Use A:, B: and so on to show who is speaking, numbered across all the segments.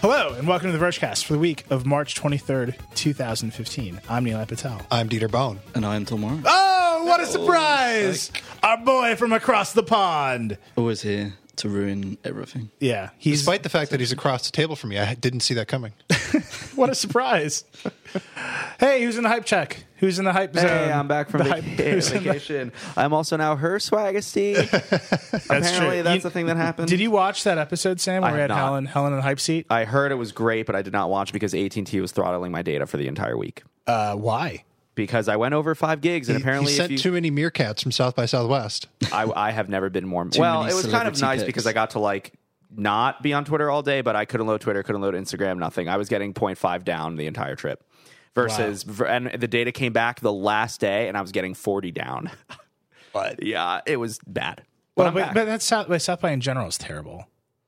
A: Hello, and welcome to the Vergecast for the week of March 23rd, 2015. I'm Neil Patel.
B: I'm Dieter Bone.
C: And I am Tomorrow.
B: Ah!
A: Oh, what a surprise! Our boy from across the pond.
C: Always here to ruin everything.
A: Yeah, he's
B: Despite the fact that he's across the table from you, I didn't see that coming.
A: what a surprise. hey, who's in the hype check? Who's in the hype zone?
D: Hey, I'm back from
A: The hype-
D: vaca-
A: who's in the-
D: vacation. I'm also now her swagasty. Apparently,
A: true.
D: that's
A: You-
D: the thing that happened.
A: Did you watch that episode, Sam, where
D: I
A: we had
D: have not.
A: Helen, Helen in the hype seat?
D: I heard it was great, but I did not watch because AT and T was throttling my data for the entire week
A: Uh, why?
D: because I went over five gigs, and
B: He-
D: apparently,
B: he
D: if
B: sent
D: you,
B: too many meerkats from South by Southwest.
D: I, I have never been more. well,
C: many
D: it was kind of
C: celebrity
D: nice
C: pics.
D: because I got to like not be on Twitter all day, but I couldn't load Twitter, couldn't load Instagram, nothing. I was getting 0.5 down the entire trip. Versus, ver- and the data came back the last day, and I was getting 40 down.
A: What?
D: yeah, it was bad. But
A: Well,
D: I'm
A: but,
D: back.
A: but that's South by South by in general is terrible.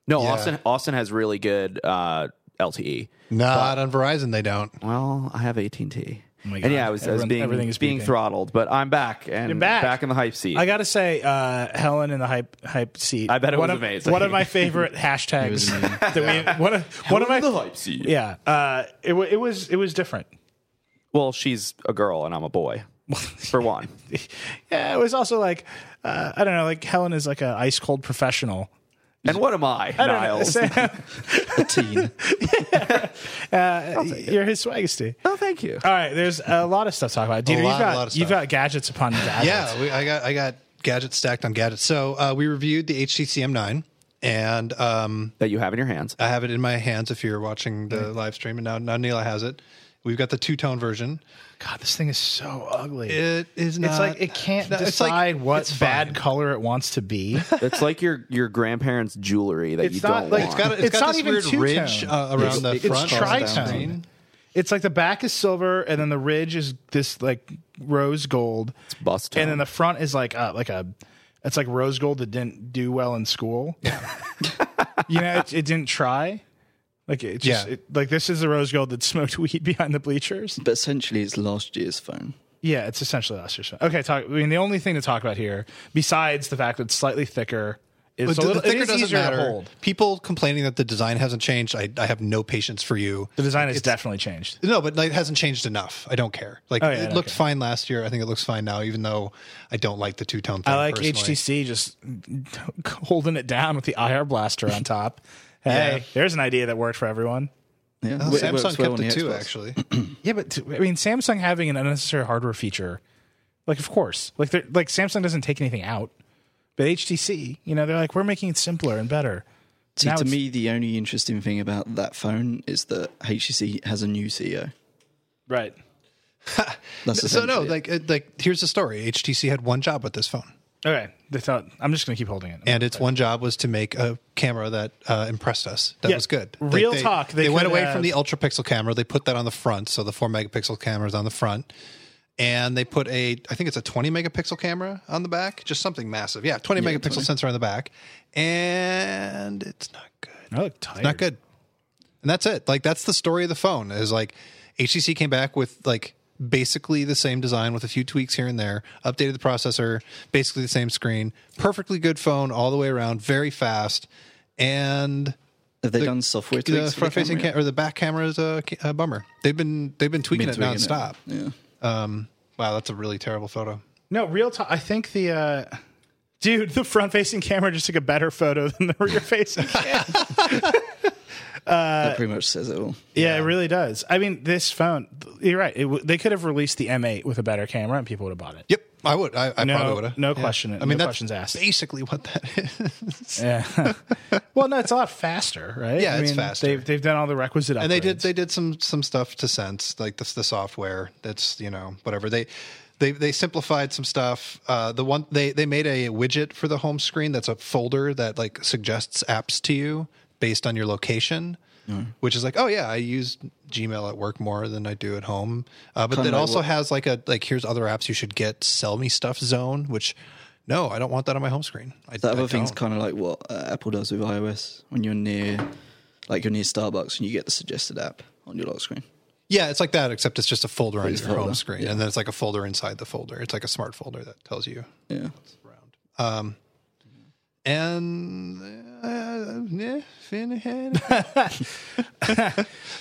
D: No, Austin Austin has really good uh, LTE.
B: Not on Verizon, they don't.
D: Well, I have AT and T.
A: my
D: Oh And yeah,
A: God.
D: I was, I
A: Everyone-
D: was being
A: everything is
D: being
A: beeping.
D: throttled, but I'm back and
A: You're back.
D: in the hype seat.
A: I gotta say, uh, Helen in the hype hype seat.
D: I bet it
A: one
D: was
A: of,
D: amazing.
A: One of my favorite hashtags that we one of one of my
D: seat.
A: yeah. Uh, it wa- it was it was different.
D: Well, she's a girl and I'm a boy. for one,
A: Yeah, it was also like uh, I don't know, like Helen is like an ice cold professional.
D: and what am I,
A: I don't know,
D: Niles?
A: Sam,
C: A teen.
A: you're his swagasty.
D: oh, thank you.
A: All right, there's a lot of stuff to talk about. Dieter,
B: lot,
A: you've
B: a
A: got
B: lot of
A: you've
B: stuff.
A: got gadgets upon gadgets.
B: Yeah, we, I got I got gadgets stacked on gadgets. So uh, we reviewed the HTC M9, and um,
D: that you have in your hands.
B: I have it in my hands. If you're watching the
A: Mm-hmm.
B: live stream, and now now Neela has it. We've got the two tone version.
A: God, this thing is so ugly.
B: It is not.
A: it's like it can't
B: no, it's like-
A: decide what
B: it's
A: bad
B: fine.
A: color it wants to be.
D: It's like your your grandparents' jewelry that you
A: not
D: don't
A: like-
D: want.
B: It's got,
A: It's
B: it's got
A: not
B: this
A: even
B: weird
A: two-tone.
B: ridge uh, around the
C: It's-
B: front.
C: it's
A: tri-tone. It's like the back is silver, and then the ridge is this like rose gold. It's
D: bust
A: and then
D: tone.
A: the front is like uh, like a. It's like rose gold that didn't do well in school. you know, it, it didn't try. Like it just
B: Yeah.
A: it, like this is the rose gold that smoked weed behind the bleachers.
C: But essentially, it's last year's phone.
A: Yeah, it's essentially last year's. phone. Okay, talk. I mean, the only thing to talk about here, besides the fact that it's slightly thicker, is
B: But
A: a
B: the-
A: little
B: the thicker
A: it is
B: doesn't
A: easier
B: matter.
A: to hold.
B: People complaining that the design hasn't changed, I, I have no patience for you.
A: The design has definitely changed.
B: No, but like, it hasn't changed enough. I don't care. Like
A: Oh, yeah, I
B: it
A: don't
B: looked
A: care.
B: fine last year. I think it looks fine now, even though I don't like the two tone.
A: I like HTC just holding it down with the IR blaster on top. Hey,
B: Yeah.
A: there's an idea that worked for everyone.
C: Yeah.
B: Oh,
C: It works
B: Samsung
C: well
B: kept
C: on
B: it
C: the
B: too,
C: Xbox.
B: actually.
A: Yeah, but t- I mean, Samsung having an unnecessary hardware feature, like of course, like they're like Samsung doesn't take anything out, but HTC, you know, they're like we're making it simpler and better.
C: See,
A: Now
C: to
A: it's-
C: me, the only interesting thing about that phone is that HTC has a new CEO.
A: Right.
C: That's
B: so no,
C: essentially it.
B: like it- like here's the story. HTC had one job with this phone,
A: Okay. They thought I'm just gonna keep holding it.
B: and its one job was to make a camera that uh, impressed us. That
A: Yeah.
B: was good.
A: Real talk, they
B: They, went
A: could
B: away
A: have-
B: from the ultra pixel camera. They put that on the front, so the four megapixel camera is on the front. And they put a, I think it's a 20 megapixel camera on the back, just something massive. Yeah, 20 megapixel sensor on the back, and it's not good.
A: I look tired.
B: not good. And that's it. Like that's the story of the phone. Is like HTC came back with like basically the same design with a few tweaks here and there, updated the processor, basically the same screen, perfectly good phone all the way around, very fast, and
C: Have they done software
B: the
C: tweaks? for
B: front facing
C: camera?
B: ca- or the back camera is a, ca- a bummer. They've been they've been tweaking
C: Been
B: it
C: tweaking
B: nonstop. Um,
C: Yeah.
B: Wow, that's a really terrible photo.
A: No, real talk. I think the uh, dude, the front facing camera just took a better photo than the rear facing. camera.
C: that pretty much says it all.
A: yeah, it really does. I mean, this phone. You're right. It w- they could have released the M8 with a better camera, and people would have bought it.
B: Yep, I would. I, I
A: No-
B: probably would have.
A: no question-
B: I mean,
A: no
B: that's
A: questions asked.
B: basically what that is.
A: Yeah. well, no, it's a lot faster, right?
B: Yeah, it's faster.
A: They've they've done all the requisite,
B: and they did
A: upgrades.
B: they did some some stuff to sense like the, the software that's you know whatever they they they simplified some stuff uh the one they they made a widget for the home screen that's a folder that like suggests apps to you based on your location which is like oh yeah i use gmail at work more than i do at home uh, but it
C: like
B: also
C: what-
B: has like a like here's other apps you should get sell me stuff zone which no i don't want that on my home screen i,
C: That
B: I
C: other thing's
B: don't.
C: kind of like what uh, Apple does with iOS when you're near, like you're near Starbucks and you get the suggested app on your lock screen.
B: Yeah, it's like that, except it's just a folder on your
C: folder,
B: home screen, and then it's like a folder inside the folder. It's like a smart folder that tells you
C: Yeah.
B: around. Um, and uh, yeah, Finnegan.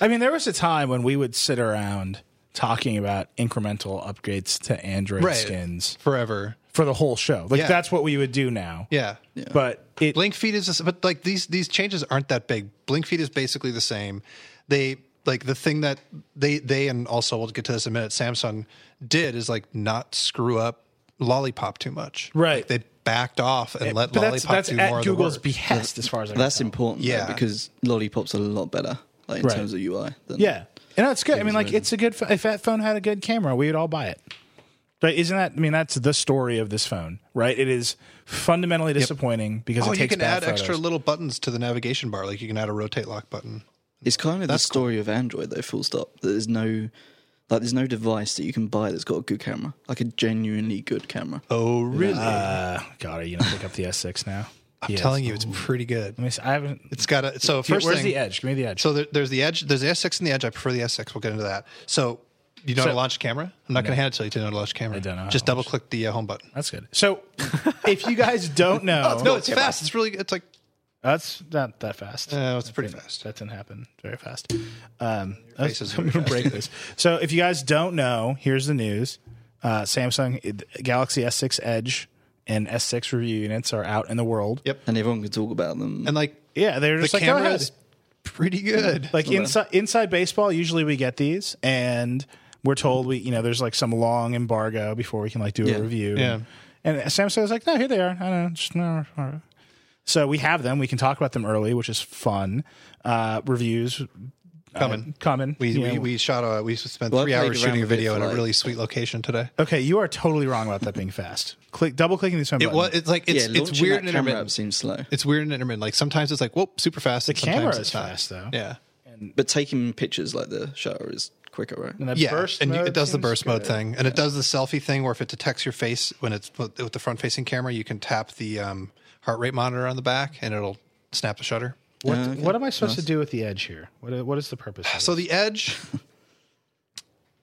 A: I mean, there was a time when we would sit around talking about incremental upgrades to Android
B: Right.
A: skins
B: forever.
A: for the whole show. Like
B: Yeah.
A: that's what we would do now.
B: Yeah. yeah.
A: But it
B: Blink feed is, but like these these changes aren't that big. Blink feed is basically the same. They like the thing that they they and also we'll get to this in a minute. Samsung did is like not screw up lollipop too much.
A: Right. Eh,
B: Like, they backed off and let
A: but
B: lollipop
A: that's that's
B: do more
A: at
B: of the
A: Google's
B: work.
A: behest as far as I can
C: That's
A: tell.
C: important,
B: Yeah.
C: yeah, because lollipops are a lot better, like in
A: Right.
C: terms of UI. Than,
A: Yeah. And it's good. I mean, like, it's a good. ph- If that phone had a good camera, we would all buy it. But isn't that? I mean, that's the story of this phone, right? It is fundamentally disappointing because
B: Oh,
A: it
B: you
A: takes
B: can
A: bad
B: add extra
A: photos. Uh,
B: little buttons to the navigation bar. Like you can add a rotate lock button.
C: It's kind of the story of Android, though. Full stop. There's no, like, there's no device that you can buy that's got a good camera, like a genuinely good camera.
B: Oh, really?
A: Uh, God, are you gonna pick up the S6 now?
B: I'm telling you, it's pretty good.
A: Let me see. I haven't.
B: It's got a so
A: First
B: first
A: Where's
B: thing.
A: the edge? Give me the edge.
B: So there, there's the edge. There's the S6 and the edge. I prefer the S6. We'll get into that. So you know how to launch camera? I'm not going to hand it to you to know how to launch camera. I
A: don't know how
B: Just
A: to
B: double click the uh, home button.
A: that's good. So, if you guys don't know,
B: No, Oh, it's fast. It's really. It's like
A: that's not that fast.
B: uh, it's pretty
A: That-
B: fast.
A: That didn't happen very fast. Um,
B: face is
A: I'm
B: very
A: going to break this. So, if you guys don't know, here's the news: uh, Samsung uh, Galaxy S6 Edge and S6 review units are out in the world.
B: Yep.
C: And everyone can talk about them.
B: And like
A: Yeah, they're
B: the
A: just like, go
B: camera
A: ahead.
B: is pretty good.
A: like inside inside baseball. Usually, we get these, and we're told we, you know, there's like some long embargo before we can like do
C: Yeah.
A: a review.
B: Yeah.
A: And Samsung was like, no, here they are. I don't know. Just, no, all right. So we have them. We can talk about them early, which is fun. Uh, reviews uh,
B: Coming.
A: coming.
B: we,
A: you know.
B: we we shot a we spent
C: Well, I
B: three
C: played
B: hours shooting
C: around
B: a
C: with it
B: video
C: for,
B: in a
C: like-
B: really sweet location today.
A: Okay, you are totally wrong about that being fast. Click double clicking these phone
B: It was.
A: buttons.
B: It's like it's
C: yeah,
B: it's weird and
C: that camera
B: intermittent.
C: app seems slow,
B: It's weird and intermittent. Like sometimes it's like whoa, super fast. and
A: The camera
B: sometimes
A: is
B: it's not.
A: fast, though.
B: Yeah.
C: but taking pictures like the shutter is quicker, right?
A: And that
B: yeah, and you-
A: mode
B: it does the
A: seems
B: burst mode
A: good.
B: thing, and it does the selfie thing where if it detects your face when it's with with the front facing camera, you can tap the um, heart rate monitor on the back, and it'll snap the shutter.
A: What,
C: Yeah, okay.
A: what am I supposed to do with the edge here? What, what is the purpose? Of
B: So the edge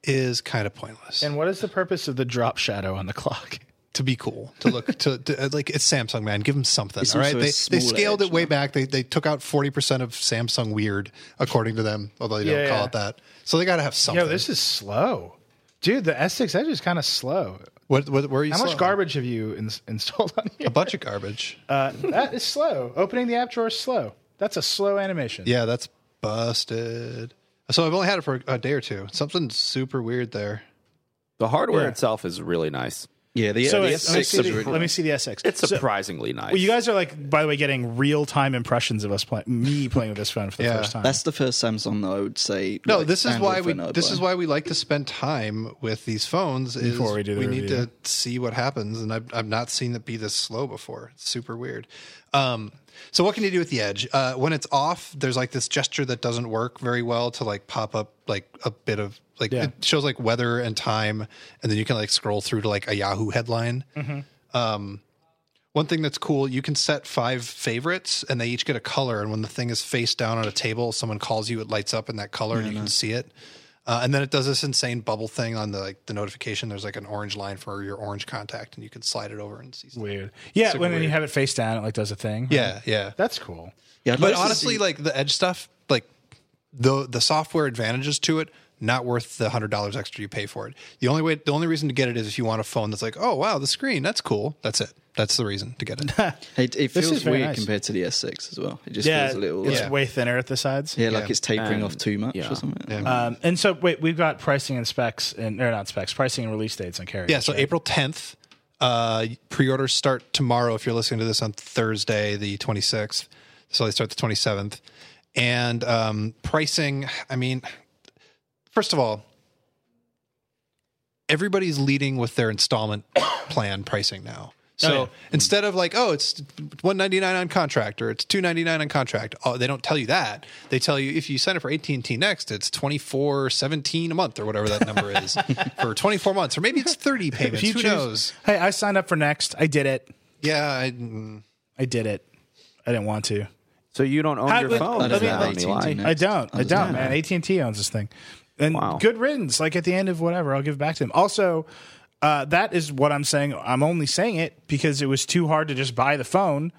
B: is kind of pointless
A: it? And what is the purpose of the drop shadow on the clock?
B: to be cool to look to, to uh, like it's Samsung man, give them something.
C: It's
B: all right,
C: also a
B: they they
C: small
B: scaled
C: edge,
B: it way back. They they took out forty percent of Samsung weird according to them, although they don't
A: Yeah,
B: call
A: yeah.
B: it that. So they got to have something.
A: Yo, this is slow, dude. The S6 Edge is kind of slow.
B: what, what where are you?
A: How
B: slow?
A: much garbage have you ins installed on here?
B: A bunch of garbage.
A: Uh, that is slow. Opening the app drawer is slow. That's a slow animation.
B: Yeah, that's busted. So I've only had it for a day or two. Something super weird there.
D: The hardware
A: Yeah.
D: itself is really nice.
C: Yeah, the,
A: So
C: the
A: it's- let, me
C: S6
A: see
C: is
A: the,
C: really-
A: let me see the S6.
D: It's
A: So-
D: surprisingly nice.
A: well, you guys are like, by the way, getting real time impressions of us playing, me playing with this phone for the
B: Yeah.
A: first time.
C: That's the first Samsung that I would say.
B: No,
C: like,
B: this is
C: Android
B: why we
C: phone I would
B: this
C: buy.
B: is why we like to spend time with these phones. Is
A: Before we do the
B: need
A: review.
B: to see what happens, and I've I've not seen it be this slow before. It's super weird. Um, so what can you do with the edge? Uh, when it's off, there's like this gesture that doesn't work very well to like pop up like a bit of like
A: Yeah.
B: it shows like weather and time, and then you can like scroll through to like a Yahoo headline. One thing that's cool, you can set five favorites and they each get a color. And when the thing is face down on a table, someone calls you, it lights up in that color and you can see it. Uh, and then it does this insane bubble thing on the like the notification. There's like an orange line for your orange contact, and you can slide it over and see. stuff.
A: weird. Yeah,
B: Super
A: when you
B: weird.
A: have it face down, it like does a thing.
B: Yeah, yeah.
A: that's cool.
C: Yeah, I'd
B: But
C: like to
B: honestly,
C: see-
B: like the edge stuff, like the the software advantages to it, not worth the hundred dollars extra you pay for it. The only way, the only reason to get it is if you want a phone that's like, oh wow, the screen, that's cool. That's it. That's the reason to get it.
C: it, it
A: this is
C: feels
A: very
C: weird
A: nice.
C: compared to the S6 as well. It just
A: Yeah,
C: feels a little.
A: it's
C: like,
A: way thinner at the sides.
C: yeah, like it's tapering
D: And-
C: off too much
D: yeah.
C: or something.
A: Um, and so wait, we've got pricing and specs, and or not specs, pricing and release dates on carriers.
B: Yeah, so
A: right?
B: April 10th. Uh, pre-orders start tomorrow if you're listening to this on Thursday, the 26th. So they start the 27th. And um, pricing, I mean, first of all, everybody's leading with their installment plan pricing now. So
A: Oh, yeah.
B: instead of like, oh, it's 199 on contract or it's 299 on contract, oh, they don't tell you that. They tell you if you sign up for AT&T Next, it's 24.17 a month or whatever that number is for 24 months or maybe it's 30 payments.
A: If you
B: Who
A: choose-
B: knows?
A: Hey, I signed up for Next. I did it.
B: Yeah, I, mm,
A: I did it. I didn't want to.
D: so you don't own
A: How-
D: your
A: let-
D: phone.
A: let
D: is
A: me-
D: that
A: let
D: Eli?
C: me- AT&T.
A: I
C: Next.
A: don't. I
C: Other
A: don't,
C: than
A: man. AT and T owns this thing, and
D: Wow.
A: good riddance. Like at the end of whatever, I'll give back to them. Also, uh, that is what I'm saying. I'm only saying it because it was too hard to just buy the phone.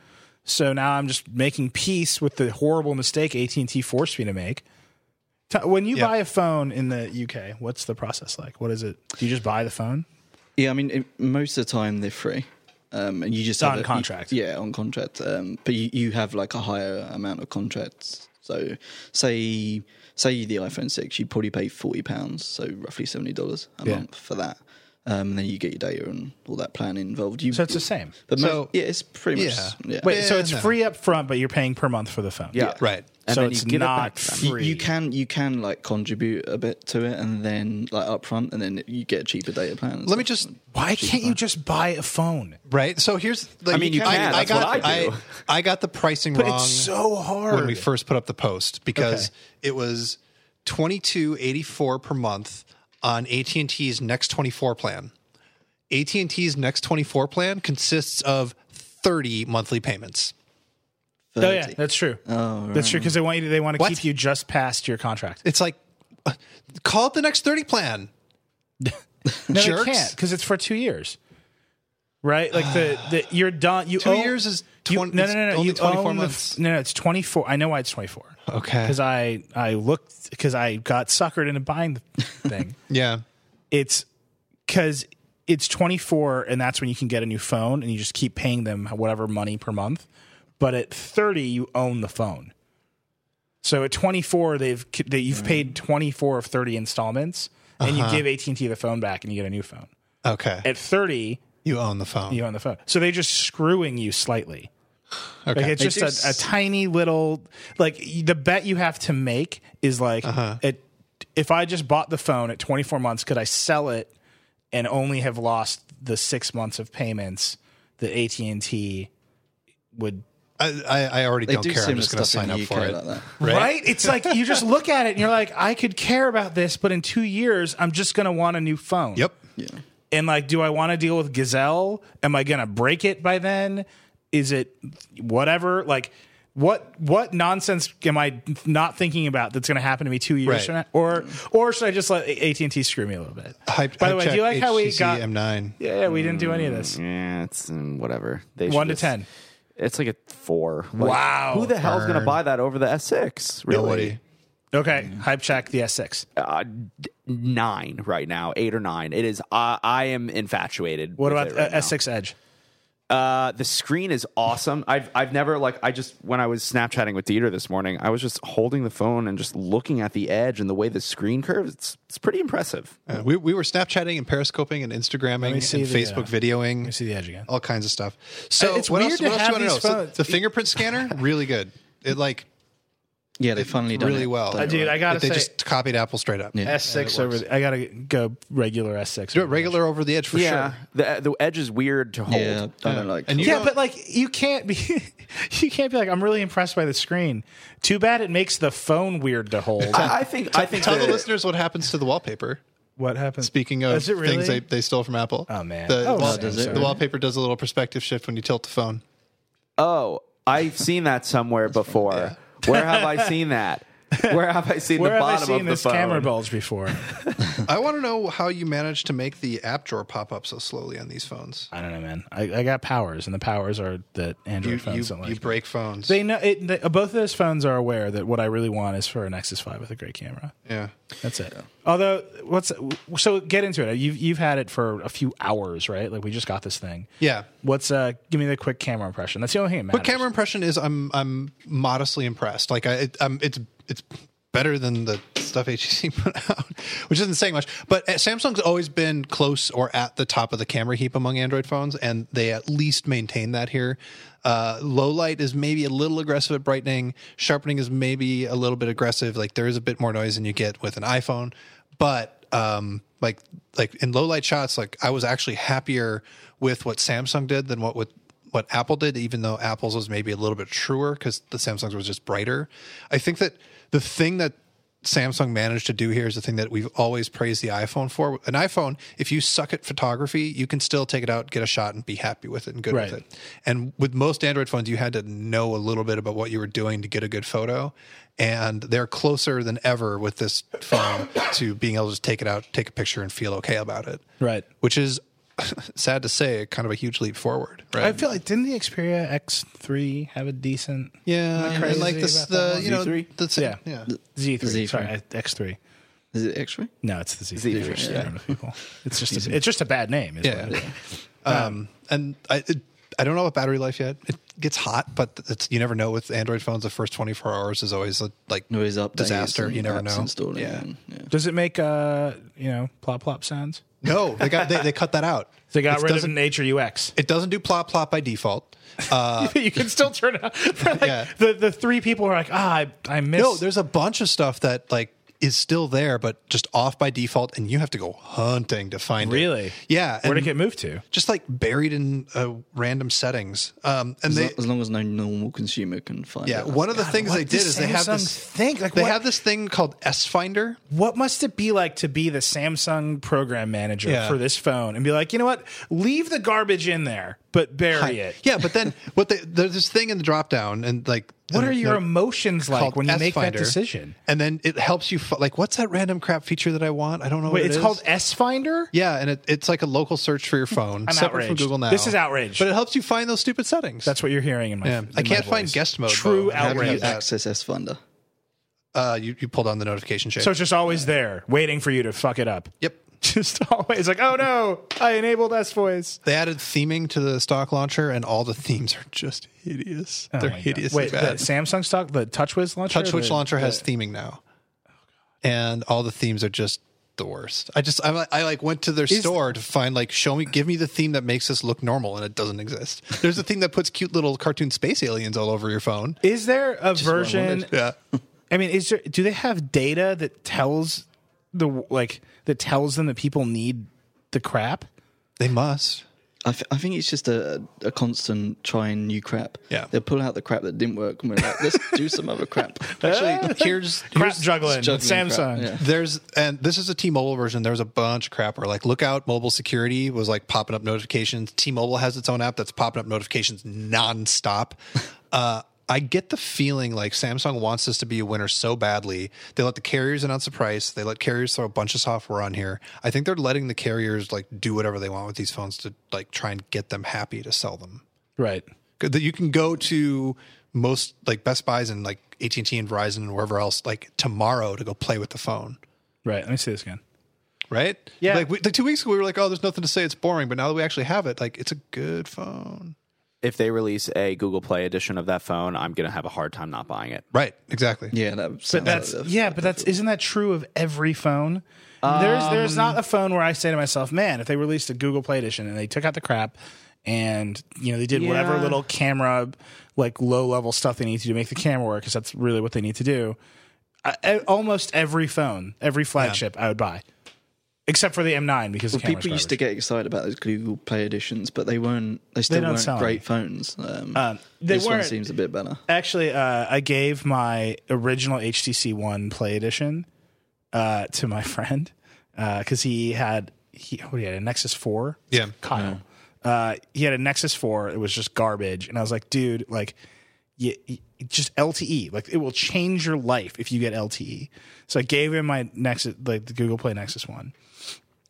A: So now I'm just making peace with the horrible mistake AT&T forced me to make. T- When you
B: Yeah.
A: buy a phone in the UK, what's the process like? What is it? Do you just buy the phone?
C: Yeah, I mean, it, most of the time they're free. Um, and you just
A: On
C: have a-
A: contract.
C: you- yeah, on contract. Um, but you, you have like a higher amount of contracts. So say say the iPhone six, you probably pay forty pounds, so roughly seventy dollars a
A: Yeah.
C: month for that. Um, and then you get your data and all that plan involved. You,
A: So it's the same.
C: But
B: So-
C: most, yeah, it's pretty much.
B: Yeah.
C: Yeah.
A: Wait, so
B: Yeah,
A: it's
B: no.
A: free up front, but you're paying per month for the phone.
D: Yeah.
B: Right.
D: And
A: so
D: then you
A: it's
D: give it
A: not
D: back to them.
C: You-
A: free.
C: You can you can like contribute a bit to it, and then like up front, and then you get a cheaper data plan. and
B: Let me
C: stuff.
B: just
A: Why can't you just buy a phone?
B: right. So here's. Like,
D: I mean, you can. That's
B: got.
D: what I do.
B: I got the pricing
A: But
B: wrong
A: it's so hard.
B: when we first put up the post because
A: Okay.
B: it was twenty two eighty four per month on AT and T's next twenty four plan. AT and T's next twenty four plan consists of thirty monthly payments.
A: oh yeah,
C: 30.
A: that's true. That's true because they want you. To, they want to
B: Oh, What?
A: keep you just past your contract.
B: It's like uh, call it the next thirty plan.
A: No,
B: Jerks.
A: they can't because it's for two years. Right, like the, the you're done. You
B: Two
A: own-
B: years is
A: you-
B: 20
A: no,
B: it's
A: no, no, no.
B: only
A: you
B: 24
A: own the f-
B: months.
A: no, no, it's twenty four. I know why it's twenty four
B: Okay.
A: because I I looked because I got suckered into buying the thing.
B: Yeah.
A: it's because it's 24 and that's when you can get a new phone and you just keep paying them whatever money per month but at 30 you own the phone so at 24 they've they, you've paid 24 of 30 installments and you give AT&T the phone back and you get a new phone
B: Okay.
A: at 30
B: you own the phone.
A: you own the phone so they're just screwing you slightly
B: okay.
A: like it's
C: do
A: just a, a
C: s-
A: tiny little like y- the bet you have to make is like it, if I just bought the phone at 24 months, could I sell it and only have lost the six months of payments that AT and T would?
B: I, I, I already
C: They
B: don't
C: do
B: care. I'm
C: similar
B: just going to
C: stuff
B: sign
C: in
B: up
C: the
B: for
C: UK
B: it.
C: like that.
A: Right? It's like you just look at it and you're like, I could care about this, but in two years, I'm just gonna want a new phone.
B: Yep.
C: Yeah.
A: And like, do I want to deal with Gazelle? Am I gonna break it by then? Is it whatever? Like, what what nonsense am I not thinking about that's gonna happen to me two years
B: Right.
A: from now? Or or should I just let AT and T screw me a little bit?
B: Hype,
A: by the way, do you like how we got?
B: M9?
A: yeah, we didn't do any of
B: Mm-hmm.
A: this.
D: Yeah, it's mm, whatever. They
A: One
D: should
A: to
D: just-
A: ten.
D: It's like a four. Like,
A: Wow.
D: Who the hell's going to
B: Burn.
D: buy that over the S6? Really?
B: Nobody.
A: Okay, hype check the S6.
D: Uh, d- nine right now, eight or nine. It is. I I am infatuated.
A: What
D: with
A: about
D: it right
A: the S6 Edge?
D: Uh, the screen is awesome. I've I've never like I just when I was Snapchatting with Dieter this morning, I was just holding the phone and just looking at the edge and the way the screen curves. It's it's pretty impressive.
B: Uh, we, we were Snapchatting and Periscoping and Instagramming and
A: see the,
B: Facebook
A: uh,
B: videoing.
A: Let me see the Edge again.
B: all kinds of stuff. So
A: Uh, it's
B: what
A: weird
B: else,
A: to
B: what else
A: have
B: do you want
A: these
B: to know? So
A: phones-
B: the fingerprint scanner, really good. It like
C: Yeah, they finally done
B: really
C: it.
B: well.
C: Done
B: Uh,
C: it
A: Dude,
C: right.
A: I gotta
B: they
A: say,
B: just copied Apple straight up. Uh,
C: Yeah.
A: S6 over. The, I gotta go regular S6.
B: Do it regular over the edge for sure.
D: the the edge is weird to hold.
C: yeah, I don't like.
B: And you
A: yeah,
B: don't-
A: but like you can't be you can't be like I'm really impressed by the screen. Too bad it makes the phone weird to hold.
B: Ah,
D: I, I think I think
B: tell the
D: that-
B: listeners what happens to the wallpaper.
A: what happens?
B: Speaking of
A: Does it really?
B: things they, they stole from Apple.
A: Oh, man.
B: The,
A: Oh,
B: wall-
C: does it
B: the
C: really?
B: wallpaper does a little perspective shift when you tilt the phone.
D: Oh, I've seen that somewhere before. Where have I seen that? Where have I seen
A: where
D: the
A: have I
D: bottom
A: seen
D: of the
A: this
D: phone?
A: camera bulge before?
C: Uh.
B: I want to know how you managed to make the app drawer pop up so slowly on these phones.
A: I don't know, man. I, I got powers, and the powers are that Android
B: You
A: phones
B: you,
A: don't like.
B: you break phones.
A: they know it, they, both of those phones are aware that what I really want is for a Nexus Five with a great camera.
B: yeah.
A: That's it. Although, what's so get into it. You've you've had it for a few hours, right? Like we just got this thing.
B: Yeah.
A: What's uh? Give me the quick camera impression. That's the only thing. That
B: But
A: matters.
B: camera impression is I'm I'm modestly impressed. Like I it, um it's it's better than the stuff HTC put out, which isn't saying much. But uh, Samsung's always been close or at the top of the camera heap among Android phones, and they at least maintain that here. Uh, low light is maybe a little aggressive at brightening. Sharpening is maybe a little bit aggressive. Like there is a bit more noise than you get with an iPhone, but um, like like in low light shots, like I was actually happier with what Samsung did than what with what Apple did, even though Apple's was maybe a little bit truer because the Samsung's was just brighter. I think that the thing that Samsung managed to do here is the thing that we've always praised the iPhone for. An iPhone, if you suck at photography, you can still take it out, get a shot, and be happy with it and good with
A: Right.
B: it. And with most Android phones, you had to know a little bit about what you were doing to get a good photo. And they're closer than ever with this phone to being able to just take it out, take a picture, and feel okay about it
A: Right.
B: which is sad to say, kind of a huge leap forward, right?
A: I feel like didn't the Xperia X3 have a decent
B: yeah,
A: Am I
B: and like
A: crazy
B: this,
A: about that
B: the
A: one?
B: you know,
D: Z3?
B: the,
A: Yeah.
B: yeah,
A: Z3?
C: Z3.
A: Sorry, I- X3.
C: Is it X-ray?
A: No, it's the Z3.
D: Z3,
A: Sorry,
D: yeah.
A: I don't know people. It's just a, it's just a bad name. is what
B: Yeah.
A: it is.
B: Um, and I, it, I don't know about battery life yet. It gets hot, but it's you never know with Android phones. The first twenty four hours is always uh, like
C: No, it's up.
B: disaster. You never know.
C: Installed
B: Yeah.
C: yeah. yeah.
A: Does it make uh you know plop plop sounds?
B: No, they got they, they cut that out.
A: They got
B: It
A: rid of
B: doesn't-
A: Nature UX.
B: It doesn't do plop plop by default.
A: you can still turn it. off. Like,
B: Uh, Yeah.
A: The the three people are like, ah, I I miss.
B: No, there's a bunch of stuff that like is still there, but just off by default, and you have to go hunting to find it.
A: Really?
B: Yeah.
A: Where
B: and
A: did it get moved to?
B: just like buried in uh, random settings. Um, and
C: As,
B: they
C: lo- as long as no normal consumer can find
B: yeah,
C: it.
B: one of the things
A: Oh what
B: they did
A: does
B: is they have
A: Samsung
B: this
A: think? Like,
B: they
A: what-
B: have this thing called S Finder.
A: What must it be like to be the Samsung program manager
B: Yeah.
A: for this phone and be like, you know what? Leave the garbage in there, but bury it.
B: Yeah, but then what they there's this thing in the drop down and like
A: What
B: and
A: are
B: the-
A: your emotions like
B: called
A: when you
B: S
A: make
B: Finder,
A: that decision?
B: And then it helps you fi- like what's that random crap feature that I want? I don't know. what
A: Wait,
B: it
A: it's
B: is.
A: called S Finder.
B: yeah, and it, it's like a local search for your phone.
A: I'm
B: separate from
A: outraged.
B: Google now.
A: This is outrage.
B: But it helps you find those stupid settings.
A: That's what you're hearing in my.
B: yeah.
A: in
B: I can't
A: my
B: find
A: voice.
B: guest mode.
A: True
B: though. I haven't
A: outrage.
B: had that.
C: Access S Funder.
B: Uh, you you pulled on the notification shape.
A: So it's just always there, waiting for you to fuck it up.
B: yep.
A: Just always like, oh no, I enabled S voice.
B: They added theming to the stock launcher, and all the themes are just hideous. They're hideously
A: Oh Wait, the
B: bad.
A: Samsung stock, the TouchWiz launcher.
B: TouchWiz
A: The-
B: launcher has theming now, and all the themes are just the worst. I just I, li- I like went to their store to find like show me give me the theme that makes this look normal, and it doesn't exist. There's a theme that puts cute little cartoon space aliens all over your phone.
A: Is there a version?
B: Yeah,
A: I mean, is there? Do they have data that tells the like that tells them that people need the crap?
B: they must.
C: I, th- I think it's just a, a constant trying new crap.
B: Yeah.
C: They'll pull out the crap that didn't work and we're like, let's do some other crap.
B: Actually, here's
A: Crap
B: here's
A: juggling,
C: Juggling crap,
A: Samsung.
C: yeah.
B: There's and this is a T-Mobile version. There's a bunch of crap where like Lookout Mobile Security was like popping up notifications. T-Mobile has its own app that's popping up notifications nonstop. Uh, I get the feeling like Samsung wants this to be a winner so badly. They let the carriers announce the price. They let carriers throw a bunch of software on here. I think they're letting the carriers like do whatever they want with these phones to like try and get them happy to sell them
A: Right.
B: that you can go to most like Best Buys and like AT and T and Verizon and wherever else like tomorrow to go play with the phone.
A: Right. Let me see this again.
B: Right?
A: Yeah.
B: Like we, the two weeks ago, we were like, "Oh, there's nothing to say. It's boring." But now that we actually have it, like, it's a good phone.
D: If they release a Google Play edition of that phone, I'm gonna have a hard time not buying it.
B: Right? Exactly.
C: Yeah, that sounds
A: But that's
C: like a-
A: yeah, but that's isn't that true of every phone? there's there's
C: Um,
A: not a phone where I say to myself, man, if they released a Google Play Edition and they took out the crap and you know they did whatever
D: Yeah.
A: little camera like low level stuff they need to do to make the camera work because that's really what they need to do. I, I- e, almost every phone, every flagship, I would buy, except for the M9 because the
C: People
A: camera's
C: used to
A: garbage.
C: get excited about those Google Play editions, but they weren't. They still
A: don't sell
C: weren't
A: any.
C: great phones. Um,
B: Uh,
A: they
C: this one
A: weren't-
C: seems a bit better.
A: Actually, uh, I gave my original HTC One Play Edition uh, to my friend because he had he what he had a Nexus Four.
B: Yeah.
A: Kyle. Uh, he had a Nexus Four. It was just garbage, and I was like, dude, like, you, just LTE. Like, it will change your life if you get LTE. So I gave him my Nexus, like the Google Play Nexus One,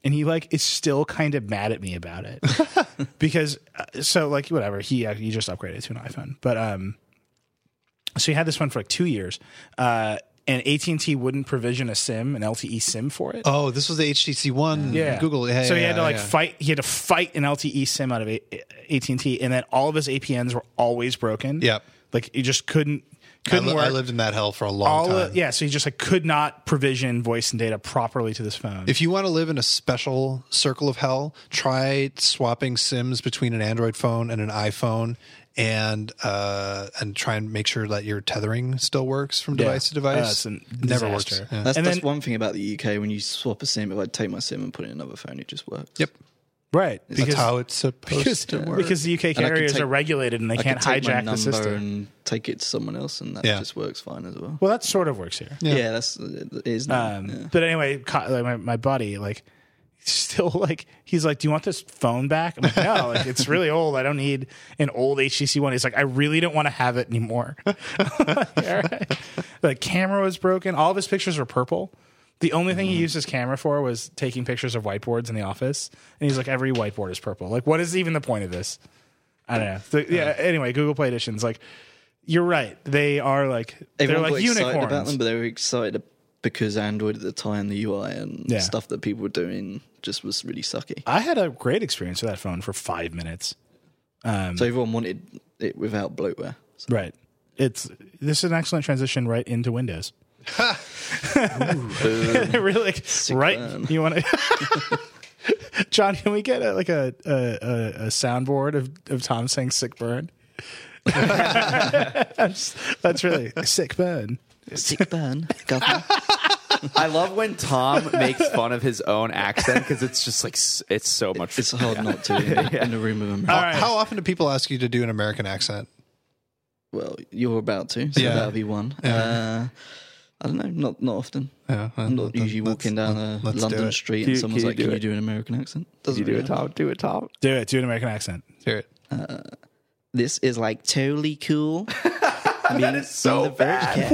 A: and he like is still kind of mad at me about it because uh, so like whatever he uh, he just upgraded to an iPhone, but um, so he had this one for like two years, uh, and AT and T wouldn't provision a SIM, an LTE SIM for it.
B: Oh, this was the HTC One.
A: Yeah,
B: Google.
A: so he had to like
B: yeah.
A: fight. He had to fight an LTE SIM out of AT and T, and then all of his APNs were always broken.
B: Yep.
A: like he just couldn't
B: I,
A: couldn't
B: li-
A: work.
B: I lived in that hell for a long
A: all
B: time.
A: of, yeah, so he just like could not provision voice and data properly to this phone.
B: If you want to live in a special circle of hell, try swapping SIMs between an Android phone and an iPhone, and uh, and try and make sure that your tethering still works from device to
A: Uh, it's
B: device.
A: an
B: Never works.
A: disaster.
B: Yeah.
C: That's,
A: and
C: that's
A: then-
C: one thing about the UK. When you swap a SIM, if I take my SIM and put it in another phone, it just works.
B: Yep,
A: right, because
B: that's how it's supposed
A: because,
B: to work.
A: because the UK
C: And I can
A: carriers
C: take-
A: are regulated and they
C: I
A: can't
C: could take my
A: hijack the
C: number
A: system.
C: and take it to someone else, and that
B: Yeah.
C: just works fine as well.
A: well, that sort of works here.
C: Yeah, that's it is. now,
A: Um,
C: yeah.
A: But anyway, co- like my, my buddy, like, still like, he's like, "Do you want this phone back?" I'm like, "No, like it's really old. I don't need an old HTC one." He's like, "I really don't want to have it anymore." All right. The camera was broken. All of his pictures were purple. The only
C: Mm.
A: thing he used his camera for was taking pictures of whiteboards in the office, and he's like, every whiteboard is purple. Like, what is even the point of this? I don't know. So, yeah. Anyway, Google Play Editions, like, you're right. They are like they're
C: Everyone
A: like
C: got excited about
A: unicorns.
C: them, but they were excited because Android at the time, the UI and
A: Yeah.
C: stuff that people were doing just was really sucky.
A: I had a great experience with that phone for five minutes. Um,
C: So everyone wanted it without bloatware. So
A: Right. It's this is an excellent transition right into Windows. really, like, right?
C: burn.
A: You want to, John? Can we get a, like a a, a, a soundboard of, of Tom saying "sick burn"? that's, that's really sick burn.
C: sick burn, governor.
D: I love when Tom makes fun of his own accent because it's just like s- it's so much.
C: It's hard not to in, the in a room of America.
A: All right.
B: How often do people ask you to do an American accent?
C: Well, you're about to, so
B: Yeah.
C: that'll be one. Uh, I don't know, not not often.
B: Yeah,
C: I'm not usually walking down a
B: let's do
C: London
B: it.
C: street
D: Can you-
C: and someone's
D: can you
C: like, "Can
D: do
C: you
D: it?
C: do an American accent?" Doesn't
D: you do
C: really
D: it, Tom. Do it, Tom.
A: Do it. Do an American accent.
B: Hear it.
C: This is like totally cool. that is
D: so bad.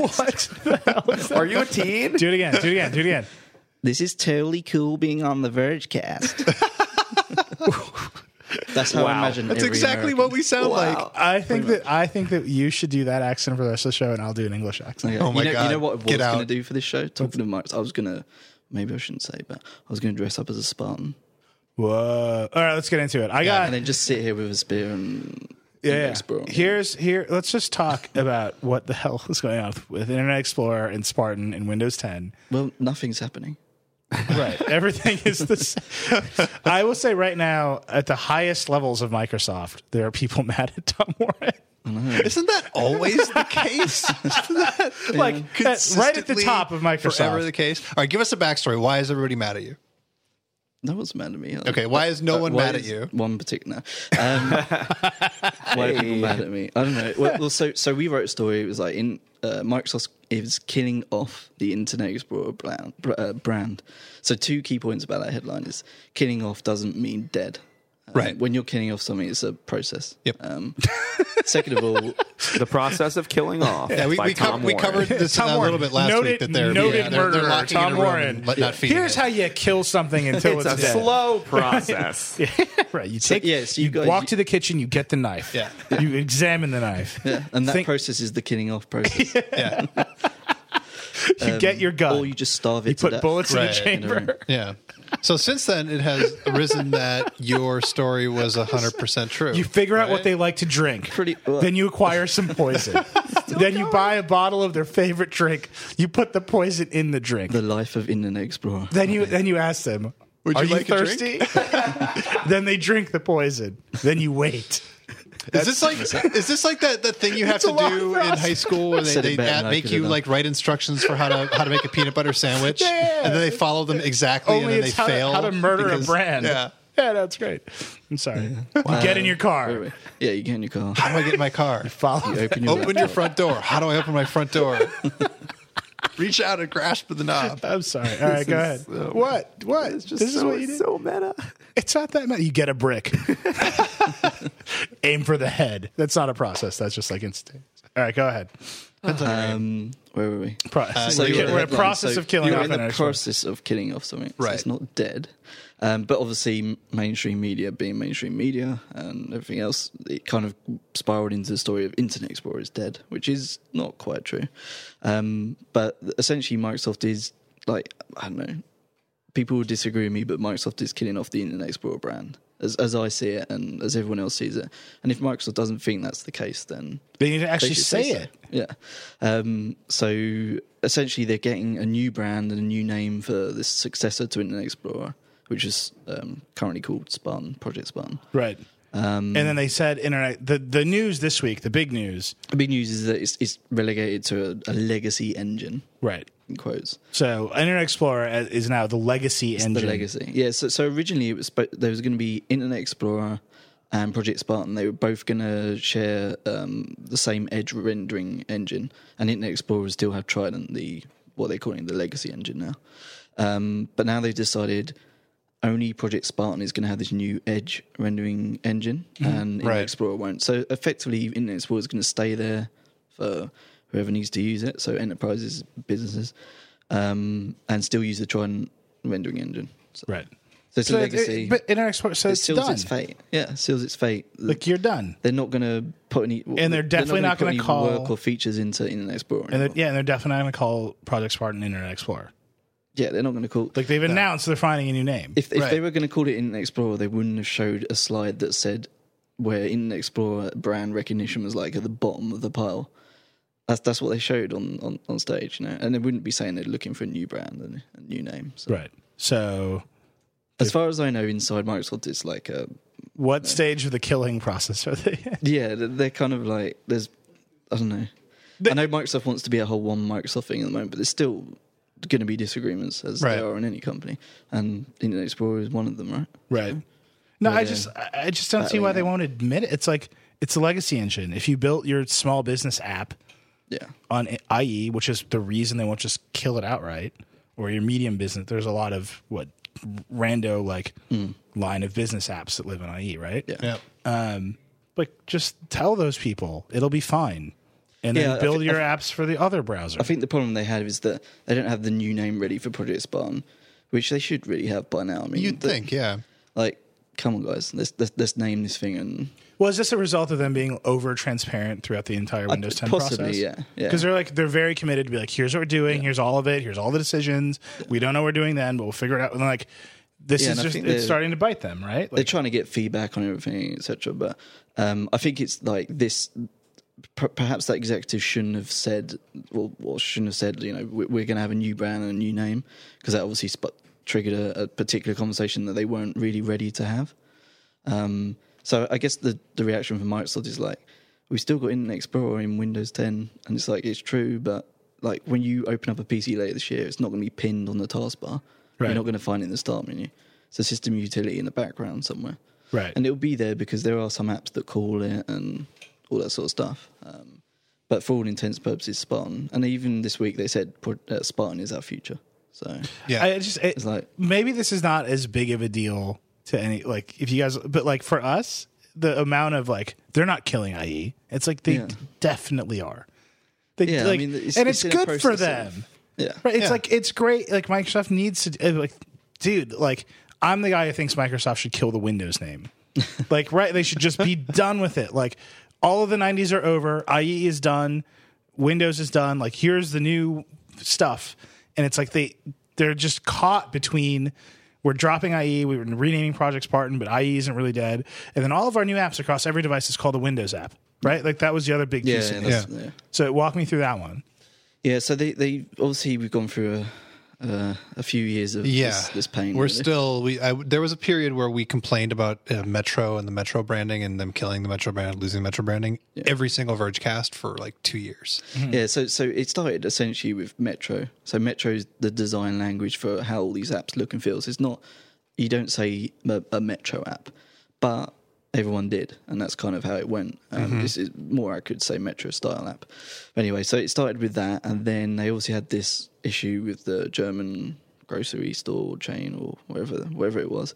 D: Are you a teen?
A: Do it again. Do it again. Do it again.
C: This is totally cool being on the Verge cast. That's how I
D: Wow.
C: imagine.
B: That's
C: every
B: exactly
C: American.
B: what we sound like.
A: I think that I think that you should do that accent for the rest of the show, and I'll do an English accent.
C: Yeah.
B: Oh my
C: you know, You
B: God.
C: know what I was
B: Get
C: going to
B: out.
C: do for this show? Talking of mics, I was going to. Maybe I shouldn't say, but I was going to dress up as a Spartan
A: Whoa! All right, let's get into it. I got
C: and then just sit here with a spear and
A: yeah.
C: Explorer.
A: Here's here. Let's just talk about what the hell is going on with Internet Explorer and Spartan and Windows 10.
C: well, nothing's happening.
A: Right, everything is this. I will say right now, at the highest levels of Microsoft, there are people mad at Tom Warren.
B: Isn't that always the case?
A: Like at- right at the
B: Consistently,
A: top of Microsoft.
B: Forever the case. All right, give us a backstory. Why is everybody mad at you?
C: No one's mad at me.
B: Okay, why is
A: Uh,
B: no one
C: Uh, Why
B: mad at
C: is
B: you?
C: One particular. Um, why are people mad at me? I don't know. Well, well, so so we wrote a story. It was like in uh, Microsoft is killing off the Internet Explorer brand, uh, brand. So two key points about that headline is killing off doesn't mean dead. Um,
B: Right.
C: When you're killing off something, it's a process.
B: Yep.
C: Um, second of all,
D: The process of killing off.
B: Yeah, we,
D: by
B: we, co-
D: Tom
B: we
D: Warren.
B: covered this
A: Tom
B: a
A: Warren,
B: little bit last
A: noted,
B: week that they're
A: noted
B: yeah, they're, they're
A: murderer
B: locking
A: Tom
B: in a room
A: Warren.
B: and let- not feeding
A: Here's
B: it.
A: how you kill something until
D: It's
A: it's,
D: a
A: dead.
D: slow process.
A: Right, you take
C: yeah, so you
A: you,
C: guys-
A: walk to the kitchen, you get the knife.
B: Yeah.
A: you examine the knife.
C: and that
A: Think-
C: process is the killing off process.
B: yeah,
A: you get your gun.
C: um, Or you just starve it.
A: You
C: to
A: put
C: death.
A: bullets in the
B: Right.
A: chamber.
B: yeah. So since then, it has arisen that your story was hundred percent true.
A: You figure out what
B: right?
A: they like to drink.
C: Pretty- uh,
A: then you acquire some poison. then you buy a bottle of their favorite drink. You put the poison in the drink.
C: The life of Internet Explorer.
A: then you then you ask them,
B: Would
A: "Are
B: you
A: you
B: like a
A: thirsty?"
B: drink?
A: then they drink the poison. Then you wait.
B: Is this like is this like that, that thing you have
A: It's a
B: to
A: long
B: do in
A: process.
B: high school where
C: Said it
B: they, they
C: better
B: add,
C: not
B: make
C: good
B: you
C: enough.
B: like write instructions for how to how to make a peanut butter sandwich
A: Yeah.
B: and then they follow them exactly
A: Only
B: and then
A: it's
B: they
A: how,
B: fail
A: to, how to murder
B: because-
A: a brand.
B: Yeah.
A: yeah, that's great. I'm sorry. You get in your car.
C: Anyway, yeah, you get in your car.
B: How do I get in my car?
A: Follow.
C: Open your
B: Open your front door. How do I open my front door? Reach out and grasp the knob.
A: I'm sorry. All right, go ahead.
D: is so-
A: what? What?
D: It's just
A: this is
D: so-
A: what you do.
D: so meta.
A: It's not that much. You get a brick. Aim for the head. That's not a process. That's just like instinct. All right, go ahead.
C: Um, where were we?
A: Process.
B: so
A: Uh, We're-
B: you were
A: we're in a
C: headline,
A: process
C: so
A: of killing
C: You're
A: off
C: in
A: an
C: the
A: actual-
C: process of killing off something. So
B: Right.
C: it's not dead, um, but obviously m- mainstream media being mainstream media and everything else, it kind of spiraled into the story of Internet Explorer is dead, which is not quite true. Um, but essentially, Microsoft is like I don't know. People will disagree with me, but Microsoft is killing off the Internet Explorer brand. As, as I see it, and as everyone else sees it, and if Microsoft doesn't think that's the case, then
A: They need to actually
C: should
A: say
C: so.
A: it.
C: Yeah. Um, so essentially, they're getting a new brand and a new name for this successor to Internet Explorer, which is um, currently called Spartan Project Spartan.
A: Right.
C: Um,
A: and then they said internet. The the news this week, the big news.
C: The big news is that it's, it's relegated to a, a legacy engine.
A: Right.
C: In quotes,
A: So Internet Explorer is now the legacy engine.
C: the legacy. Yeah. So, so originally, it was spo- there was going to be Internet Explorer and Project Spartan. They were both going to share um, the same Edge rendering engine, and Internet Explorer still had Trident, the what they're calling the legacy engine now. Um, but now they've decided only Project Spartan is going to have this new Edge rendering engine, and Internet
B: Right.
C: Explorer won't. So effectively, Internet Explorer is going to stay there for whoever needs to use it. So enterprises, businesses, um, and still use the Trident rendering engine. So,
A: Right.
C: so it's
A: So
C: a legacy.
A: it, but Internet Explorer, so
C: it
A: it's
C: seals
A: done.
C: its fate. Yeah, it seals its fate.
A: Like you're done.
C: they're not going to put any,
A: And they're definitely
C: gonna
A: not
C: put
A: gonna
C: any
A: call-
C: work or features into Internet Explorer.
A: And they're,
C: anymore.
A: yeah, and they're definitely not going to call Project Spartan Internet Explorer.
C: yeah, they're not going to call.
A: Like they've announced they're finding a new name.
C: If, if
B: Right.
C: they were going to call it Internet Explorer, they wouldn't have showed a slide that said where Internet Explorer brand recognition was like at the bottom of the pile. That's that's what they showed on, on, on stage, you know. And they wouldn't be saying they're looking for a new brand and a new name. So
A: right. So,
C: as far as I know, inside Microsoft, it's like a
A: what stage of the killing process are they? in?
C: yeah. they're- They're kind of like there's I don't know. I know Microsoft wants to be a whole one Microsoft thing at the moment, but there's still going to be disagreements as
A: Right.
C: there are in any company, and Internet Explorer is one of them, right?
A: right. No, I
C: yeah.
A: just I I just don't see why they won't admit it. It's like it's a legacy engine. If you built your small business app
C: Yeah,
A: on I- IE, which is the reason they won't just kill it outright, or your medium business, there's a lot of what rando like line of business apps that live on IE, right?
C: Mm. Yeah.
B: Yeah.
A: Um, but just tell those people it'll be fine, and
C: Yeah, I
A: then build
C: thi- I
A: your apps for the other browser.
C: I think the problem they have is that they don't have the new name ready for Project Spartan, which they should really have by now. I mean,
B: You'd
C: the-
B: think, yeah.
C: Like, come on, guys, let's let's, let's name this thing and
A: Well, is this a result of them being over transparent throughout the entire Windows 10
C: Uh, possibly,
A: process?
C: yeah, yeah.
A: Because they're like they're very committed to be like, here's what we're doing, here's all of it, here's all the decisions. We don't know what we're doing then, but we'll figure it out. And like this
C: Yeah,
A: is
C: and I
A: just
C: think
A: it's
C: they're-
A: starting to bite them, right?
C: they're
A: Like,
C: trying to get feedback on everything, etc. But um, I think it's like this. per- Perhaps that executive shouldn't have said, well, well shouldn't have said, you know, we- we're going to have a new brand and a new name because that obviously sp- triggered a, a particular conversation that they weren't really ready to have. Um, so I guess the the reaction from Microsoft is like, we still got Internet Explorer in Windows 10, and it's like it's true, but like when you open up a PC later this year, it's not going to be pinned on the taskbar.
A: Right.
C: You're not going to find it in the start menu. It's a system utility in the background somewhere,
A: right.
C: and it'll be there because there are some apps that call it and all that sort of stuff. Um, but for all intents and purposes, Spartan. And even this week they said pro- uh, Spartan is our future. So
B: Yeah.
A: I just it,
C: It's like-
A: maybe this is not as big of a deal to any like if you guys, but like for us, the amount of like they're not killing IE. It's like they
C: Yeah.
A: definitely are. They,
C: yeah,
A: like,
C: I mean,
A: and it's,
C: in a
A: good for
C: process
A: them.
C: of- yeah,
A: Right. It's
B: Yeah.
A: like it's great. Like Microsoft needs to uh, like, dude. Like I'm the guy who thinks Microsoft should kill the Windows name. like right, they should just be done with it. Like all of the '90s are over. IE is done. Windows is done. Like here's the new stuff, and it's like they they're just caught between. We're dropping IE. We were renaming Project Spartan, but IE isn't really dead. And then all of our new apps across every device is called a Windows app, right? Like that was the other big
C: yeah,
A: piece. of it.
C: that's-
B: Yeah.
C: yeah.
A: So walk me through that one.
C: Yeah, so they, they obviously we've gone through a uh, a few years of
B: Yeah.
C: this, this pain.
B: We're
C: really.
B: still, we, I, there was a period where we complained about uh, Metro and the Metro branding and them killing the Metro brand, losing Metro branding every single Verge cast for like two years.
C: yeah. So so it started essentially with Metro. So Metro is the design language for how all these apps look and feels. It's not you don't say a, a Metro app, but everyone did, and that's kind of how it went. Um, This is more I could say Metro style app. Anyway, so it started with that, and then they also had this issue with the German grocery store chain or wherever wherever it was.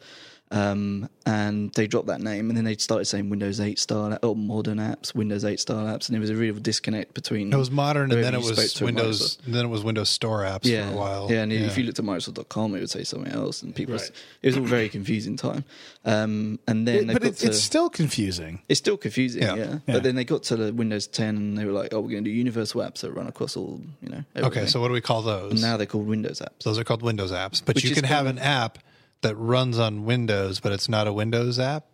C: Um, and they dropped that name, and then they started saying Windows 8 style or modern apps, Windows 8 style apps, and there was a real disconnect between.
B: It was modern, and
C: whoever
B: then it
C: you
B: was
C: spoke to at
B: Windows.
C: Microsoft.
B: and Then it was Windows Store apps
C: Yeah,
B: for a while.
C: yeah, and if you looked at Microsoft.com, it would say something else, and people. It was all very confusing time. Um, and then they
A: but
C: got
A: it's,
C: to,
A: it's still confusing.
C: It's still confusing,
B: Yeah.
C: yeah.
A: Yeah.
C: But then they got to the Windows 10 and they were like, oh, we're going to do universal apps that run across all, you know. Everything.
B: Okay, so what do we call those?
C: And now they're called Windows apps.
B: those are called Windows apps, but
C: Which
B: you
C: is
B: can have
C: kind
B: an app that runs on Windows, but it's not a Windows app.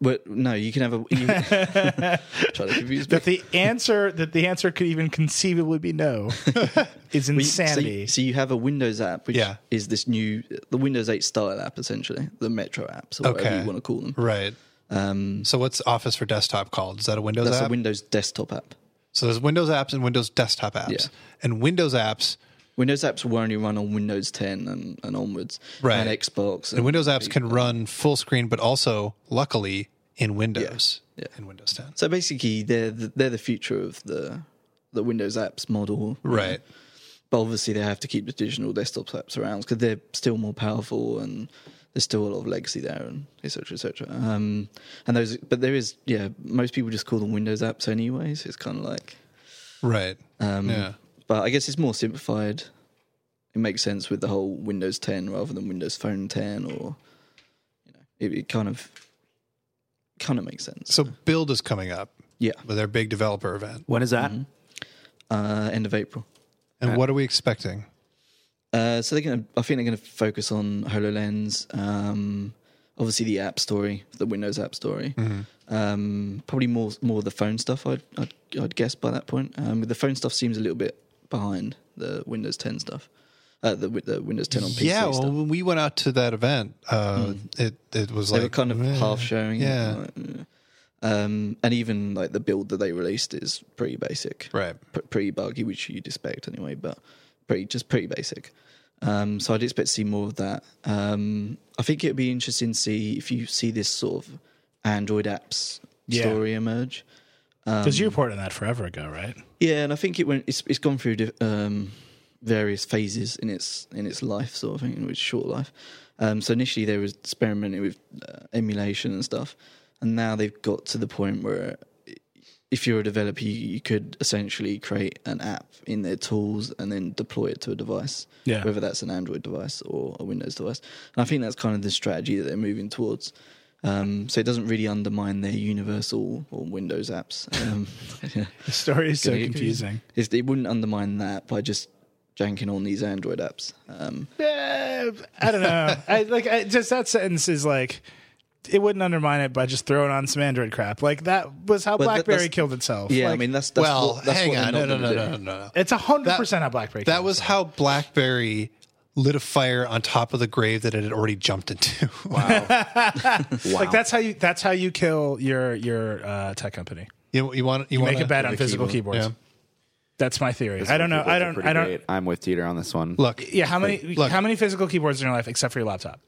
C: But no, you can have a. You, try to confuse
A: that the answer that the answer could even conceivably be no is
C: Well, you- so you- So
A: insanity.
C: you, have a Windows app, which
B: Yeah.
C: is this new, the Windows 8 style app, essentially, the Metro apps, or
B: Okay.
C: whatever you want to call them.
B: Right. Um, so what's Office for Desktop called? Is that a Windows
C: That's
B: app?
C: a Windows desktop app.
B: so there's Windows apps and Windows Desktop apps,
C: Yeah.
B: and Windows apps
C: Windows apps were only run on Windows 10 and, and onwards,
B: Right.
C: and Xbox.
B: and Windows apps can run full screen, but also luckily in Windows.
C: Yeah.
B: In Windows 10.
C: so basically, they're the, they're the future of the the Windows apps model.
B: Right.
C: but obviously they have to keep the digital desktop apps around because they're still more powerful and there's still a lot of legacy there and etc cetera, etc cetera. um and those but there is yeah most people just call them windows apps anyways it's kind of like
B: Right. yeah.
C: But I guess it's more simplified. It makes sense with the whole Windows 10 rather than Windows Phone 10, or you know, it, it kind of kind of makes sense.
B: So Build is coming up
C: Yeah,
B: with their big developer event.
D: When is that?
C: uh, end of April.
B: And what are we expecting?
C: Uh, so they're going to, I think they're going to focus on HoloLens, um, obviously the app story, the Windows app story.
B: Mm-hmm.
C: Um, probably more more of the phone stuff, I'd, I'd, I'd guess by that point. Um, the phone stuff seems a little bit behind the Windows 10 stuff, uh, the, wi- the Windows 10 on PC
B: yeah,
C: stuff. Hmm.
B: well, when we went out to that event, uh, it it was
C: they
B: like
C: were kind of
B: eh.
C: half showing. it,
B: yeah.
C: like, eh. um, and even like the build that they released is pretty basic.
B: right.
C: pr- pretty buggy, which you'd expect anyway, but pretty just pretty basic. Um, so I'd expect to see more of that. Um, I think it'd be interesting to see if you see this sort of Android apps
A: Yeah.
C: story emerge. um,
A: Because you reported on that forever ago, right?
C: Yeah, and I think it went. It's, it's gone through di- um, various phases in its in its life, sort of thing, in its short life. Um, so initially they were experimenting with uh, emulation and stuff, and now they've got to the point where if you're a developer, you, you could essentially create an app in their tools and then deploy it to a device,
A: Yeah.
C: whether that's an Android device or a Windows device. And I think that's kind of the strategy that they're moving towards. Um, so it doesn't really undermine their universal or Windows apps. Um,
A: The story is so
C: Gonna get
A: confusing.
C: It's, it wouldn't undermine that by just janking on these Android apps. Um,
A: Eh, I don't know. I like I, just that sentence is like it wouldn't undermine it by just throwing on some Android crap. Like that was how
C: that-
A: BlackBerry
C: that's-
A: killed itself.
C: yeah, I
A: Like,
C: mean that's, that's
B: Well,
C: what, that's
B: hang
C: what they're
B: on, no,
C: not
B: no,
C: gonna
B: no,
C: do.
B: no, no, no.
A: it's hundred percent how BlackBerry.
B: That
A: killed
B: was how BlackBerry lit a fire on top of the grave that it had already jumped into.
A: itself. like that's how you that's how you kill your your uh, tech company.
B: you, you want you, want
A: Make a bet on physical keyboards.
B: Yeah.
A: That's my theory. I don't know. I don't. I don't.
D: I'm with Dieter on this one.
B: Look,
A: Yeah, how many
B: Look.
A: how many physical keyboards in your life except for your laptop?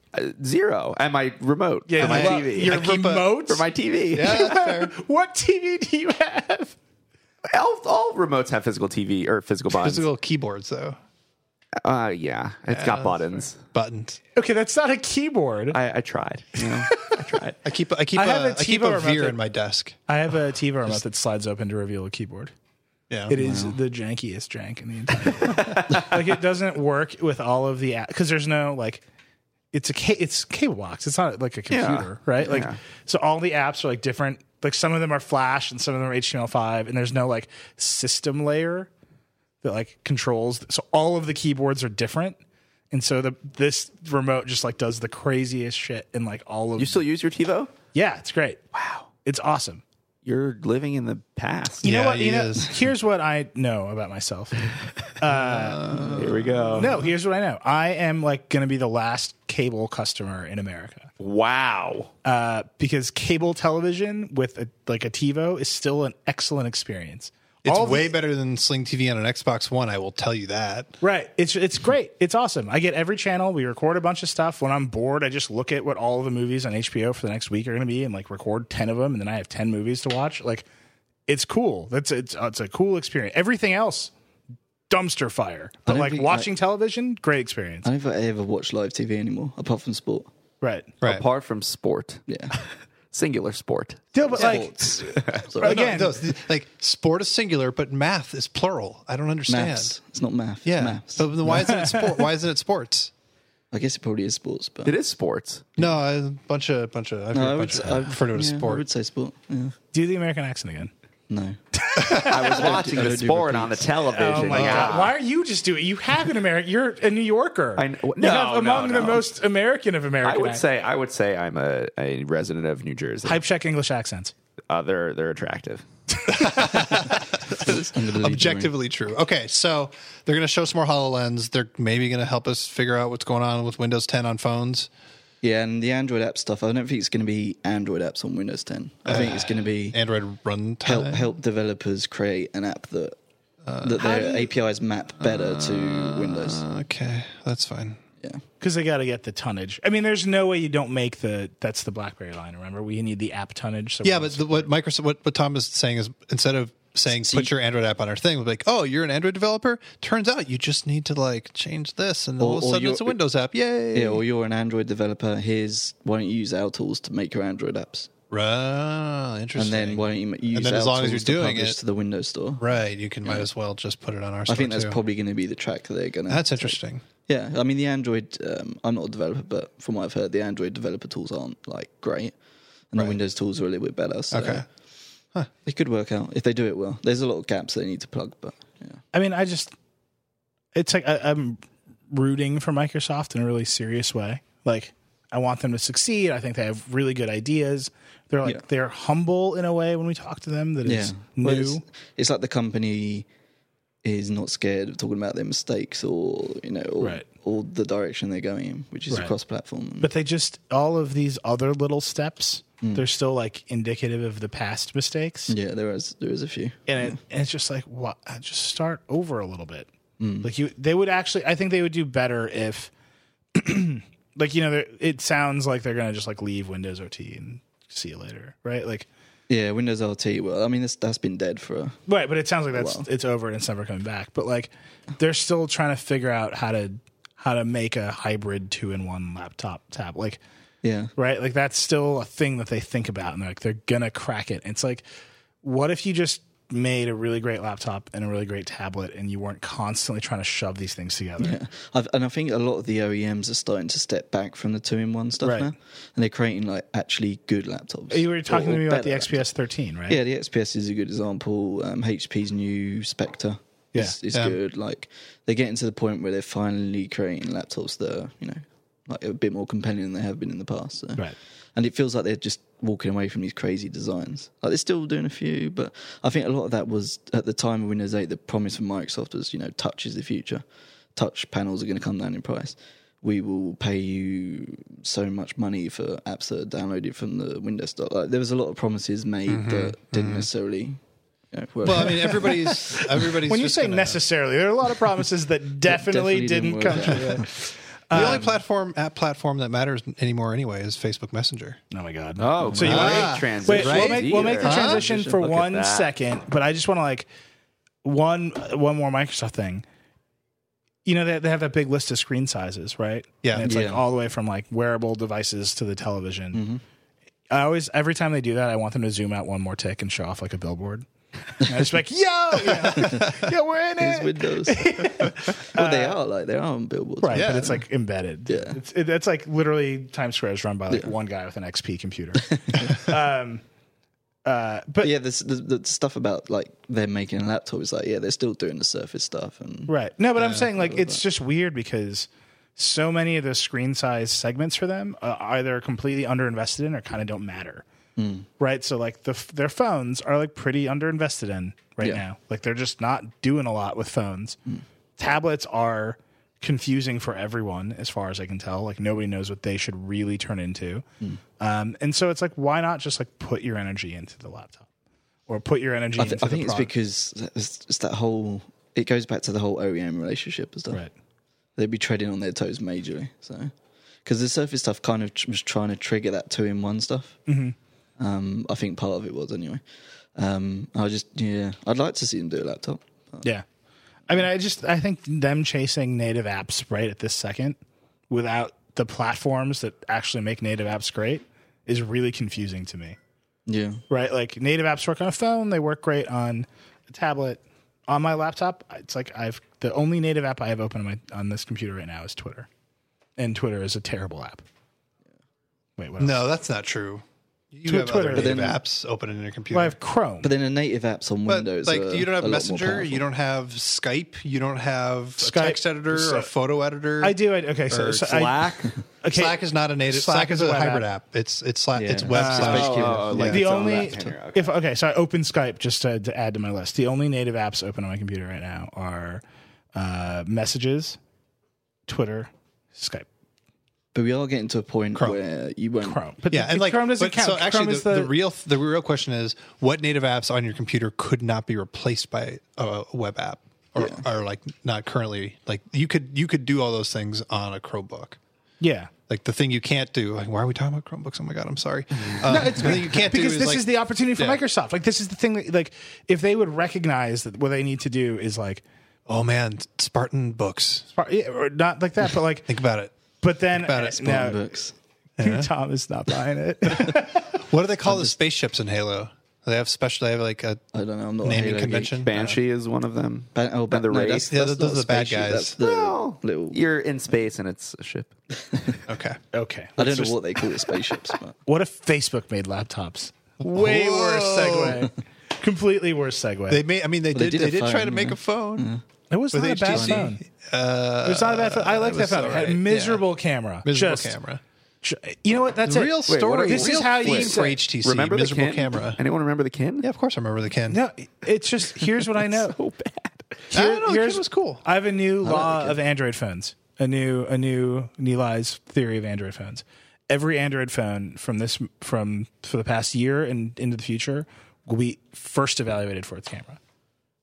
D: Zero. And my remote. Yeah, for my
B: well,
D: TV.
A: Your
B: I keep a-
A: remote?
D: for my TV.
B: yeah, that's fair.
A: what TV do you have?
D: All, all remotes have physical TV or physical buttons.
B: physical keyboards though,
D: Uh, yeah, it's got buttons.
B: buttons.
A: Okay, that's not a keyboard. I,
D: I, I tried. You know, I tried.
B: I keep I keep
A: I
B: a-
A: have a
B: I keep
A: TiVo
B: a
A: remote
B: veer
A: that-
B: in my desk.
A: have a TV remote that slides open to reveal a keyboard.
B: Yeah,
A: It is the jankiest jank in the entire. like it doesn't work with all of the because there's no like. It's a ca- it's cable box. It's not like a computer, right? Like
D: Yeah.
A: so, all the apps are like different. Like some of them are Flash and some of them are HTML5, and there's no like system layer that like controls. So all of the keyboards are different, and so the this remote just like does the craziest shit in like all of.
D: You still use your TiVo?
A: yeah, it's great.
D: Wow.
A: It's awesome.
D: You're living in the past.
A: You know
B: Yeah,
A: what?
B: he
A: You know,
B: is.
A: here's what I know about myself.
D: Here we go.
A: No, here's what I know. I am like going to be the last cable customer in America
D: Wow.
A: uh, because cable television with a, like a TiVo is still an excellent experience.
B: it's
A: All the-
B: way better than Sling TV on an Xbox One. I will tell you that.
A: right. It's it's great. It's awesome. I get every channel. We record a bunch of stuff. When I'm bored, I just look at what all of the movies on HBO for the next week are going to be and like record ten of them, and then I have ten movies to watch. Like, it's cool. That's it's uh, it's a cool experience. Everything else. Dumpster fire, but
C: don't
A: like
C: think I-
A: watching television, great experience,
C: I don't think I ever watch live TV anymore, apart from sport.
A: right?
B: Right.
D: Apart from sport,
C: Yeah,
D: singular sport.
A: Still, but like,
C: sports.
B: No,
C: Sorry.
B: no,
A: again-
B: no, th- like sport is singular, but math is plural. I don't understand.
C: maths. It's not math.
B: Yeah.
C: maths.
B: So then why isn't it sport? Why isn't it sports?
C: I guess it probably is sports, but
D: It is sports.
B: No, a bunch of bunch of. I've heard a
C: I would,
B: bunch
C: say,
B: of I refer to it as
C: yeah, I
B: sport.
C: would say sport. Yeah.
A: do the American accent again.
C: No.
D: I was watching
C: I
D: the
C: don't do
D: sport on the
C: repeats.
A: Oh
D: television.
A: my god! Why are you just doing? You have an American. You're a New Yorker.
D: I kn-
A: You
D: no,
A: have
D: no,
A: among the
D: no.
A: most American of American.
D: I would
A: ac-
D: say I would say I'm a, a resident of New Jersey.
A: type check English accents.
D: Uh, they're they're attractive.
C: Unbelievable.
B: Objectively true. Okay, so they're going to show some more Hololens. They're maybe going to help us figure out what's going on with Windows 10 on phones.
C: Yeah, and the Android app stuff. I don't think it's going to be Android apps on Windows 10. I think it's going to be
B: Android run
C: help
B: time.
C: help developers create an app that
B: Uh,
C: that their APIs map better to Windows.
B: Okay, that's fine.
C: Yeah,
A: Because they got to get the tonnage. I mean, there's no way you don't make the. That's the BlackBerry line. Remember, we need the app tonnage. So
B: Yeah, but the, what Microsoft, what, what Tom is saying is instead of saying put your Android app on our thing, we're like, oh, you're an Android developer. Turns out you just need to like change this, and all of a
C: or
B: sudden
C: you're-
B: it's a Windows app. Yay!
C: yeah. Or you're an Android developer. Here's why don't you use our tools to make your Android apps?
B: Right. Interesting.
C: and then why don't you ma- use
B: then as
C: our
B: long as
C: tools
B: you're
C: to
B: doing
C: publish
B: it-
C: to the Windows Store?
B: right, you can might as well just put it on our.
C: I
B: Store
C: think that's
B: too.
C: probably going to be the track that they're going to.
B: that's interesting.
C: Yeah, I mean the Android. Um, I'm not a developer, but from what I've heard, the Android developer tools aren't like great, and the Windows tools are a little bit better. So
B: Okay.
C: it could work out if they do it well. There's a lot of gaps they need to plug, but yeah,
A: I mean, I just it's like I, I'm rooting for Microsoft in a really serious way. Like I want them to succeed. I think they have really good ideas. They're like
C: Yeah.
A: they're humble in a way when we talk to them that
C: yeah.
A: is
C: Well,
A: new.
C: it's, it's like the company is not scared of talking about their mistakes or you know or,
A: Right.
C: or the direction they're going in, which is
A: Right.
C: across platform.
A: but they just all of these other little steps, they're still like indicative of the past mistakes.
C: Mm. yeah, there is there is a few.
A: and, it, and it's just like what just start over a little bit
C: Mm.
A: like you they would actually i think they would do better if like you know they're- it sounds like they're gonna just like leave windows ot and see you later right like
C: Yeah, Windows RT. Well, I mean that's that's been dead for. A,
A: right but it sounds like that's
C: Well.
A: it's over and it's never coming back but like they're still trying to figure out how to how to make a hybrid two-in-one laptop tab like
C: yeah,
A: right? Like that's still a thing that they think about, and they're like they're gonna crack it. It's like, what if you just made a really great laptop and a really great tablet, and you weren't constantly trying to shove these things together?
C: Yeah. I've, and I think a lot of the OEMs are starting to step back from the two in one stuff
A: Right.
C: now, and they're creating like actually good laptops.
A: You were talking
C: Or-
A: to
C: or
A: me about the
C: better laptops.
A: XPS 13, right?
C: Yeah, the XPS is a good example. Um, HP's new Spectre is,
A: Yeah. Um,
C: is
B: Yeah.
C: good. Like they're getting to the point where they're finally creating laptops that are you know like a bit more compelling than they have been in the past. So.
A: Right.
C: And it feels like they're just walking away from these crazy designs. Like they're still doing a few, but I think a lot of that was at the time of Windows 8. The promise from Microsoft was, you know, touch is the future. Touch panels are going to come down in price. We will pay you so much money for apps that are downloaded from the Windows Store. Like there was a lot of promises made that didn't necessarily. You know, work.
B: Well, I mean, everybody's everybody's.
A: When you
B: just
A: say
B: gonna-
A: necessarily, there are a lot of promises that definitely,
C: definitely
A: didn't,
C: didn't
A: come
C: work
A: true.
B: the only
A: um,
B: platform app platform that matters anymore anyway is Facebook Messenger.
A: Oh my god!
D: Oh,
A: so you
D: great
A: want
B: Ah,
A: Wait,
D: transition.
A: we'll make we'll make the
D: either.
B: Huh?
A: transition for
D: Look at
A: one
D: that.
A: second, but I just want to like one one more Microsoft thing. You know, they, they have that big list of screen sizes, right?
B: Yeah.
A: and it's like
C: Yeah.
A: all the way from like wearable devices to the television. I always every time they do that, I want them to zoom out one more tick and show off like a billboard. And I just be like, yo, yeah, Yeah, we're in
C: It's
A: it.
C: Windows. well, they are like they are on billboards.
A: Right, but
B: Yeah.
A: it's like embedded.
C: Yeah.
A: it's it, it's like literally Times Square is run by like
C: Yeah.
A: one guy with an XP computer. um, uh, but
C: But yeah, this, the, the stuff about like them making a laptop is like, yeah, they're still doing the Surface stuff, and
A: Right. No, but I'm saying like it's just weird because so many of the screen size segments for them are either completely underinvested in or kind of don't matter.
C: Hmm.
A: Right. So like the their phones are like pretty underinvested in right
C: Yeah. Hmm.
A: now. Like they're just not doing a lot with phones. Tablets are confusing for everyone as far as I can tell. Like nobody knows what they should really turn into.
C: Hmm.
A: Um, and so it's like why not just like put your energy into the laptop or put your energy
C: I,
A: into
C: th-
A: the
C: I think it's
A: product.
C: because it's, it's that whole. It goes back to the whole OEM relationship and stuff.
A: right.
C: They'd be treading on their toes majorly. So, because the Surface stuff kind of tr- was trying to trigger that two-in-one stuff. Mm-hmm. Um, I think part of it was anyway. Um, I just yeah, I'd like to see them do a laptop.
A: Yeah. I mean, I just I think them chasing native apps right at this second without the platforms that actually make native apps great is really confusing to me.
C: Yeah,
A: Right? Like native apps work on a phone, they work great on a tablet. On my laptop, it's like I've the only native app I have open on my on this computer right now is Twitter. And Twitter is a terrible app. Wait, what? else?
B: No, that's not true. You
A: Tw-
B: have
A: Twitter.
B: other
A: But
B: native
C: then-
B: apps open in your computer.
A: Well, I have Chrome.
C: but then the native apps on
B: But
C: Windows,
B: like
C: are
B: you don't
C: a
B: have
C: lot more
B: Messenger,
C: powerful.
B: you don't have Skype, you don't have
A: Skype-
B: a text editor or
A: so-
B: a photo editor.
A: I do. I, okay, so,
B: Or
A: so
D: Slack.
A: I, okay,
B: Slack is not a native.
A: Slack
B: Slack,
A: is
B: is
A: a
B: a
A: web
B: hybrid
A: app.
B: app. It's it's Slack. It's
C: Yeah.
B: web
C: Ah.
B: slash.
C: basically
D: Oh,
C: web-
D: like
C: yeah.
A: the
D: its own
A: only
D: laptop. Okay.
A: if okay, so I open Skype just to, to add to my list. The only native apps open on my computer right now are uh, messages, Twitter, Skype,
C: But we are getting to a point where you won't.
A: Chrome. But
B: Yeah, and like
A: Chrome doesn't
B: but-
A: count.
B: So actually,
A: Chrome
B: the,
A: is
B: the real the real question is what native apps on your computer could not be replaced by a web app or or like not currently like you could you could do all those things on a Chromebook.
A: yeah.
B: Like the thing you can't do. Like, why are we talking about Chromebooks? Oh my god, I'm sorry. Uh, no, it's you can't
A: Because
B: do
A: this
B: like-
A: is the opportunity for
B: yeah.
A: Microsoft. Like this is the thing that like if they would recognize that what they need to do is like
B: Oh man, Spartan books.
A: yeah, or not like that, but like
B: Think about it. uh-huh.
A: but then
B: about it,
A: no,
C: Books.
A: Tom is not buying it.
B: What do they call the spaceships in Halo? They have special. They have like a
C: I don't know. I'm not a
B: naming
C: Halo
B: convention.
D: Banshee is one of them.
C: geek. Ba- oh, ba-
D: And the
C: no,
D: race.
C: that's,
B: Yeah, those
C: that's not
B: are the
C: a
B: bad
C: spaceship,
B: guys.
C: That's the
D: Well,
C: little.
D: You're in space and it's a ship.
B: Oh, Okay.
A: Okay.
C: I don't
A: Let's just-
C: know what they call the spaceships, but
A: What if Facebook made laptops? Way
B: Whoa.
A: worse segue. Completely worse segue.
B: They made. I mean, they did.
C: did
B: They
C: a
B: did try
C: phone,
B: to make
C: yeah.
B: a phone
A: it was
B: with
A: not a bad
B: HTC.
A: phone.
B: Uh,
A: It was not a bad phone. I like that
B: was
A: phone. It had
B: alright.
A: miserable
B: Yeah.
A: camera.
B: miserable
A: Just-
B: camera.
A: ju- You know what? That's it.
B: real
D: what
B: story.
D: are-
A: this
B: real
A: is how
B: theme
A: you
B: for HTC.
D: Remember
B: miserable
D: the kin?
B: camera.
D: Anyone remember the kin?
B: Yeah, of course I remember the Ken.
A: No, it's just here's what I know.
D: So bad.
B: I don't know, the Ken was cool.
A: I have a new law of Android phones. A new a new Neli's theory of Android phones. Every Android phone from this from for the past year and into the future will be first evaluated for its camera.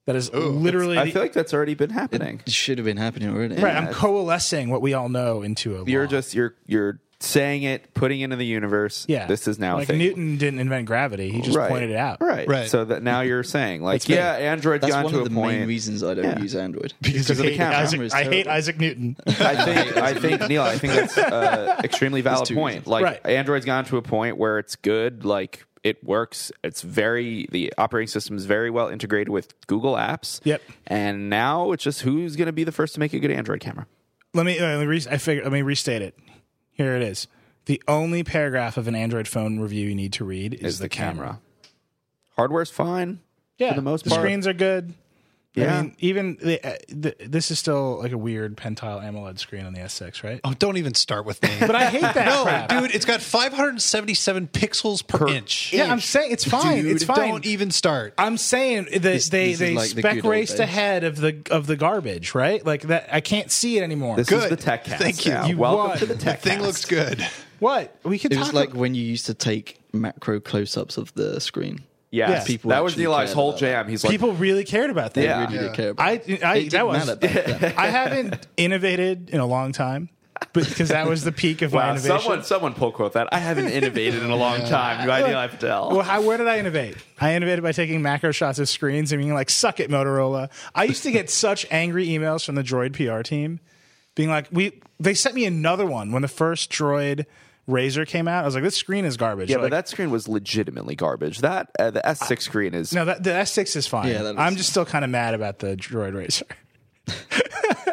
A: That is literally
D: I
A: the-
D: feel like that's already been happening.
C: it should have been happening already.
A: right. I'm coalescing what we all know into a
D: You're
A: law.
D: just you're you're saying it, putting it into the universe.
A: yeah.
D: this is now a
A: like
D: thing.
A: Newton didn't invent gravity. He just
D: Right.
A: pointed it out.
D: Right,
B: Right.
D: So that now you're saying like,
A: me.
D: yeah, Android
C: That's
D: got
C: one
D: to
C: of
D: a
C: the
D: point.
C: main reasons I don't use Android.
D: of the camera.
A: Isaac-
C: Camera's
A: I hate
C: terrible.
A: Isaac Newton.
D: I think I think Neil, I think that's an extremely valid
C: two
D: point.
C: reasons.
D: Like
A: Right.
D: Android's gone to a point where it's good, like it works. It's very the operating system is very well integrated with Google apps.
A: Yep.
D: And now it's just who's going to be the first to make a good Android camera.
A: let me uh, let me, re- I figure, let me restate it. Here it is. The only paragraph of an Android phone review you need to read is, the, camera.
D: Hardware's fine.
A: Yeah,
D: For the most
A: the
D: part.
A: screens are good.
D: Yeah.
A: I mean, even the, uh, the, this is still like a weird Pentile AMOLED screen on the S6, right?
B: Oh, don't even start with me.
A: But I hate that
B: no,
A: crap.
B: dude, it's got 577 pixels per, inch.
A: yeah, I'm saying it's fine.
B: Dude,
A: it's fine.
B: Don't even start.
A: I'm saying that they
C: this is
A: they
C: like the
A: spec
C: good old
A: raced
C: days.
A: ahead of the of the garbage, right? Like that, I can't see it anymore.
D: This is
B: Good.
D: the tech cast.
B: Thank you.
D: now.
A: You
D: Welcome
A: won.
D: to the
A: The
D: tech
B: Thing
D: cast.
B: looks good.
A: what we could
C: It
A: talk
C: was like when you used to take macro close-ups of the screen.
A: Yes.
D: Yes.
C: People
D: that was
C: actually
D: Eli's
C: cared
D: whole
C: about that.
D: jam. He's like,
A: people really cared about that.
D: Yeah.
C: Really didn't care about.
A: I,
C: it.
A: I
C: It
A: that
C: didn't
A: was
C: matter back then.
A: I haven't innovated in a long time, but because that was the peak of my
D: wow,
A: innovation.
D: someone, someone pull quote that. I haven't innovated in a long time. You idea I Patel.
A: Well, how, where did I innovate? I innovated by taking macro shots of screens and being like, "Suck it, Motorola." I used to get such angry emails from the Droid PR team, being like, "We." They sent me another one when the first Droid Razor came out. I was like, "This screen is garbage."
D: Yeah,
A: They're
D: but
A: like,
D: that screen was legitimately garbage. That uh, the S6 screen is
A: no, that, the S6 is fine.
C: Yeah, that is-
A: I'm just still kind of mad about the Droid Razor.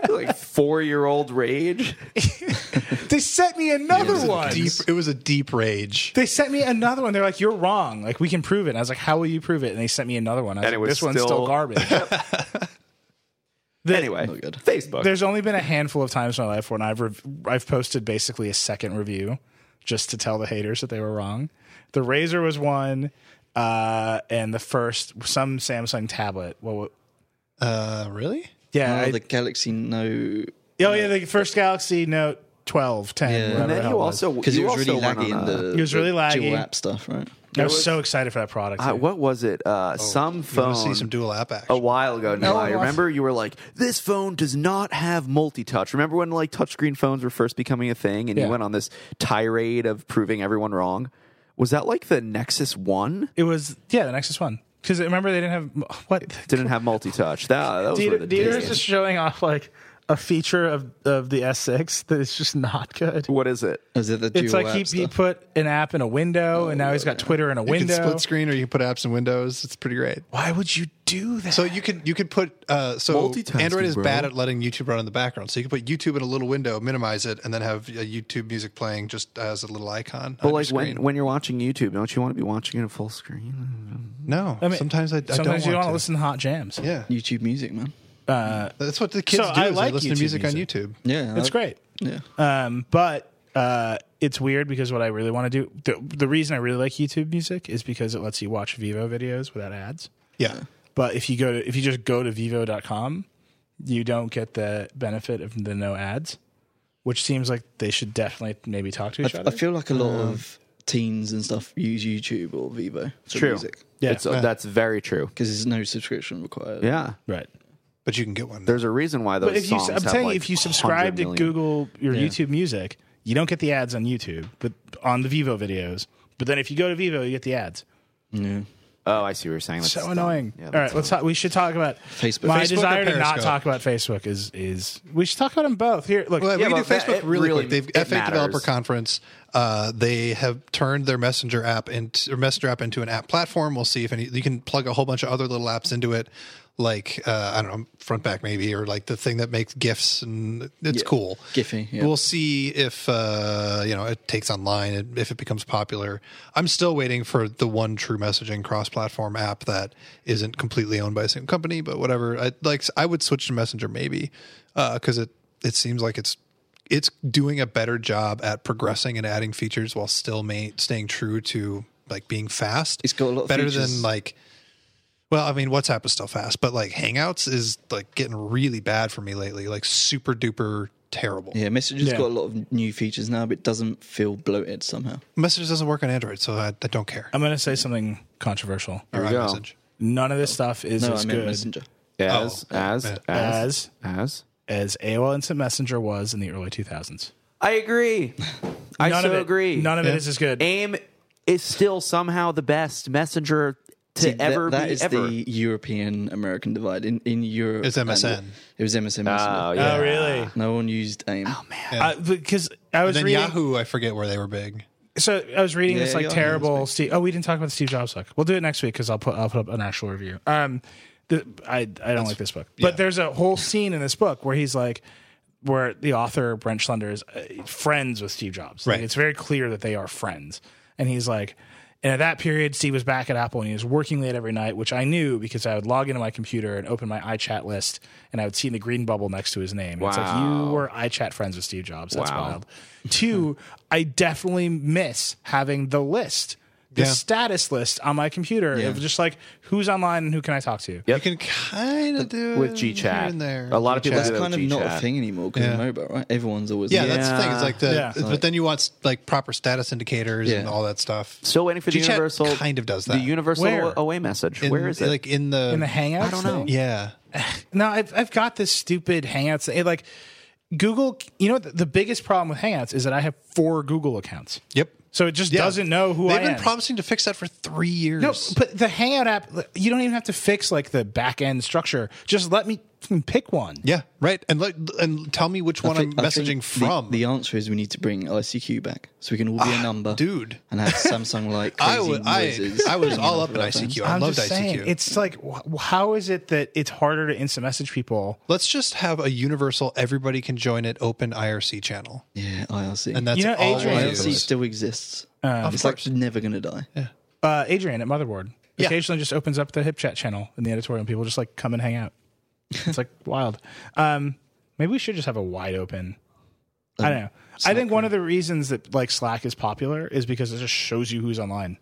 D: like four year old rage.
A: they sent me another one.
B: Deep, it was a deep rage.
A: They sent me another one. They're like, "You're wrong. Like we can prove it." And I was like, "How will you prove it?" And they sent me another one. I was
D: And it
A: like,
D: was
A: "This one's still
D: still-
A: garbage." The-
D: Anyway,
C: good.
D: Facebook.
A: there's only been a handful of times in my life when I've rev- I've posted basically a second review just to tell the haters that they were wrong. The Razor was one, uh, and the first some Samsung tablet. Well,
B: Uh, really?
A: yeah,
C: Oh,
A: I-
C: the Galaxy Note
A: oh yeah, the first Galaxy Note 12, 10, whatever
D: and
A: the
D: then
A: hell
D: you
A: it was.
D: also
C: because
D: you
C: it was really
D: also went
C: laggy
D: on
C: in
D: a-
C: the
A: It was really
C: the
A: laggy.
C: dual app stuff, right?
A: I was, so excited for that product.
D: uh, what was it? Uh, some
B: You want
D: phone.
B: to see some dual app
D: a
B: action?
D: while ago now.
A: No,
D: I
A: I
D: remember you were like, "This phone does not have multi-touch." Remember when like touchscreen phones were first becoming a thing, and
A: Yeah.
D: you went on this tirade of proving everyone wrong. Was that like the Nexus One
A: It was yeah, the Nexus One. Because remember they didn't have what
D: didn't have multi-touch? That, that was where the
A: Dieter, Dieter is
D: days-
A: just showing off like a feature of, of the S6 that is just not good.
D: what is it?
C: Is it the dual
A: It's like
C: app
A: he, he
C: stuff?
A: put an app in a window, and now he's got Twitter in a
B: Oh, You can
A: window.
B: split screen, or you can put apps in Windows. It's pretty great.
A: Why would you do that?
B: So you can you could put uh, so
D: Multitasking,
B: Android is
D: bro.
B: bad at letting YouTube run in the background. So you can put YouTube in a little window, minimize it, and then have uh, YouTube music playing just as a little icon.
D: But
B: on
D: like
B: your
D: when,
B: screen.
D: when you're watching YouTube, don't you want to be watching it in full screen?
B: no,
A: mean,
B: sometimes I, I don't
A: sometimes
B: want
A: you don't want
B: to.
A: to listen to hot jams.
B: Yeah,
C: YouTube Music, man.
B: that's what the kids
A: So
B: do.
A: I
B: Is
A: like
B: they listen
A: YouTube
B: to music,
A: music.
B: on YouTube.
C: Yeah,
A: It's
C: I-
A: great.
C: Yeah,
A: Um, but uh, it's weird because what I really want to do, the, the reason I really like YouTube music is because it lets you watch Vivo videos without ads.
B: Yeah,
A: But if you go to if you just go to vivo.com, you don't get the benefit of the no ads, which seems like they should definitely maybe talk to each
C: I,
A: other.
C: I feel like a lot of teens and stuff use YouTube or Vivo for
D: True.
C: music
A: yeah,
D: It's, uh, that's very true.
C: because there's no subscription required.
D: Yeah.
A: right.
B: but you can get one.
D: There's a reason why those
A: But if you,
D: songs
A: I'm
D: have
A: telling
D: like
A: you, if you subscribe
D: 100
A: to
D: million.
A: Google your YouTube Music, you don't get the ads on YouTube, but on the Vivo videos. But then if you go to Vivo, you get the ads.
C: yeah.
D: Oh, I see what you're saying. That's
A: so
D: dumb.
A: annoying.
D: Yeah,
A: All
D: that's
A: right, let's talk, we should talk about
C: Facebook.
A: My
C: Facebook
A: desire
B: or
A: to not
B: Periscope?
A: talk about Facebook is is we should talk about them both. Here, look,
B: Well,
D: Yeah,
B: we can do
D: but that-
B: Facebook
D: it
B: really,
D: really-
B: quick. They've
D: it
B: FA Developer
D: matters.
B: Conference. Uh, they have turned their Messenger app into or Messenger app into an app platform. We'll see if any you can plug a whole bunch of other little apps into it, like uh, I don't know, front back maybe, or like the thing that makes gifs, and it's cool.
C: Giphy, yeah.
B: We'll see if uh, you know it takes online and if it becomes popular. I'm still waiting for the one true messaging cross-platform app that isn't completely owned by a single company, but whatever. I like I would switch to Messenger maybe because it it seems like it's it's doing a better job at progressing and adding features while still ma- staying true to like being fast.
C: It's got a lot of
B: better
C: features.
B: than like well, I mean, WhatsApp is still fast, but like Hangouts is like getting really bad for me lately, like super duper terrible.
C: Yeah, Messenger's
A: Yeah.
C: got a lot of new features now, but it doesn't feel bloated somehow.
B: Message doesn't work on Android, so I, I don't care.
A: I'm going to say something controversial.
B: Or
D: we go.
B: iMessage.
A: None of this stuff is
C: No, I
A: as
C: meant
A: good
C: Messenger.
D: As,
B: Oh,
D: as,
B: man.
D: as,
A: as
D: as.
A: as AOL Instant Messenger was in the early 2000s.
D: I agree. I
A: None
D: so
A: of it,
D: agree.
A: None of it is as good.
D: AIM is still somehow the best messenger to
C: See, that-
D: ever
C: that
D: be
C: is
D: ever.
C: the European American divide. In in Europe,
B: It's MSN.
C: and- It was MSN.
D: Oh,
C: Messenger.
D: yeah.
A: Oh, really?
C: No one used AIM. Oh man,
B: Yeah.
A: I- because I was
B: Then
A: reading.
B: Yahoo, I forget where they were big.
A: So I was reading
C: Yeah,
A: this like
C: Yahoo was
A: terrible Steve. Oh, we didn't talk about the Steve Jobs book. We'll do it next week because I'll put I'll put up an actual review. Um, the, I I don't like this book, but there's a whole scene in this book where he's like, where the author Brent Schlender is uh, friends with Steve Jobs. Like,
B: Right.
A: it's very clear that they are friends, and he's like. And at that period, Steve was back at Apple and he was working late every night, which I knew because I would log into my computer and open my iChat list and I would see the green bubble next to his name. It's like, you
D: Wow.
A: were iChat friends with Steve Jobs. That's
D: Wow.
A: wild. Two, I definitely miss having the list, the
B: Yeah.
A: status list on my computer of just like who's online and who can I talk to.
B: You can kind of do
D: with
B: it here
D: GChat.
B: and there.
D: A lot of people
C: that's
D: do that
C: kind of
D: with
C: not a
D: GChat.
C: thing anymore because
B: Yeah.
C: of mobile, right? Everyone's always
B: Yeah, that's the thing. It's like the,
A: Yeah.
B: but then you want like proper status indicators and
C: Yeah.
B: all that stuff.
D: Still waiting for the
B: GChat
D: universal.
B: kind of does
D: The
B: that.
D: universal
A: Where?
D: away message.
B: In-
D: Where is it?
B: Like in the
A: In the Hangouts,
D: I don't know.
A: thing?
B: Yeah,
A: No, I've I've got this stupid Hangouts. Thing. Like Google, you know, what the, the biggest problem with Hangouts is that I have four Google accounts,
B: yep.
A: so it just
B: Yeah.
A: doesn't know who
B: They've
A: I
B: been
A: am.
B: promising to fix that for three years.
A: no, but the Hangout app, you don't even have to fix like the back end structure. Just let me fucking pick one.
B: yeah, right. And let, and tell me which one I'm messaging from. Ah,
C: The, the answer is we need to bring ICQ back so we can all be a number,
B: dude.
C: and have Samsung like
B: I
C: crazy
B: would, I,
C: noises.
B: I was
C: coming
B: all
C: off
B: up
C: of
B: in
C: our phones.
B: ICQ. I
A: I'm
B: loved
A: just
B: ICQ.
A: saying, it's like, wh- how is it that it's harder to instant message people
B: Let's just have a universal, everybody can join it open IRC channel.
C: Yeah, IRC.
B: And that's
A: You know,
B: all
A: Adrian-
B: we
A: Yeah,
C: IRC
B: use.
C: still exists. it's
B: course.
C: like never going to die.
A: Uh, Adrian at Motherboard
B: Yeah.
A: occasionally just opens up the HipChat channel in the editorial, and people just like come and hang out. It's like wild. Um, maybe we should just have a wide open. I don't know. I think one of the reasons that like Slack is popular is because it just shows you who's online.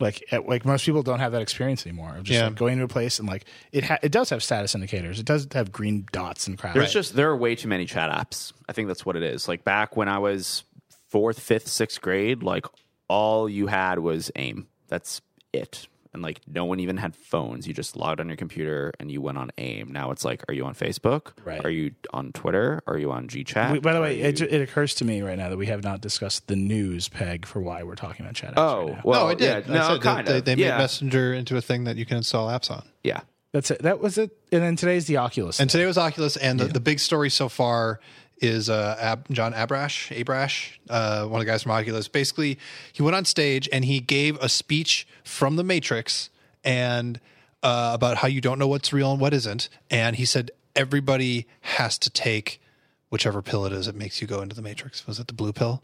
A: Like, at, like most people don't have that experience anymore of just
B: Yeah.
A: like going to a place and like it. Ha- it does have status indicators. It does have green dots and crap.
D: There's just there are way too many chat apps. I think that's what it is. Like back when I was fourth, fifth, sixth grade, like all you had was AIM. That's it. And like no one even had phones. You just logged on your computer and you went on AIM. Now it's like, are you on Facebook?
A: Right.
D: Are you on Twitter? Are you on GChat?
A: We- by the
D: Are
A: way,
D: you-
A: it, ju- it occurs to me right now that we have not discussed the news peg for why we're talking about chat. apps
D: oh
A: right now.
D: well,
B: no, I did.
D: Yeah,
B: I said
D: no,
B: that
D: kind
B: they,
D: of.
B: they made
D: yeah,
B: Messenger into a thing that you can install apps on.
D: yeah.
A: That's it. That was it. And then today's the Oculus.
B: And today was Oculus, and the, the big story so far is uh, Ab- John Abrash, Abrash, uh, one of the guys from Oculus. Basically, he went on stage and he gave a speech from The Matrix and uh, about how you don't know what's real and what isn't, and he said everybody has to take whichever pill it is that makes you go into the Matrix. Was it the blue pill?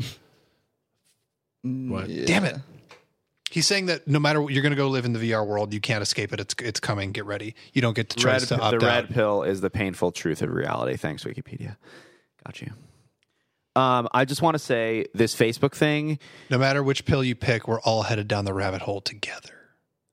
A: What?
C: Mm, Yeah.
B: Damn it. He's saying that no matter what, you're going to go live in the VR world. You can't escape it. It's it's coming. Get ready. You don't get to try
D: Red,
B: to
D: the
B: opt out.
D: red pill is the painful truth of reality. Thanks, Wikipedia. Got you. Um, I just want to say this Facebook thing.
B: No matter which pill you pick, we're all headed down the rabbit hole together.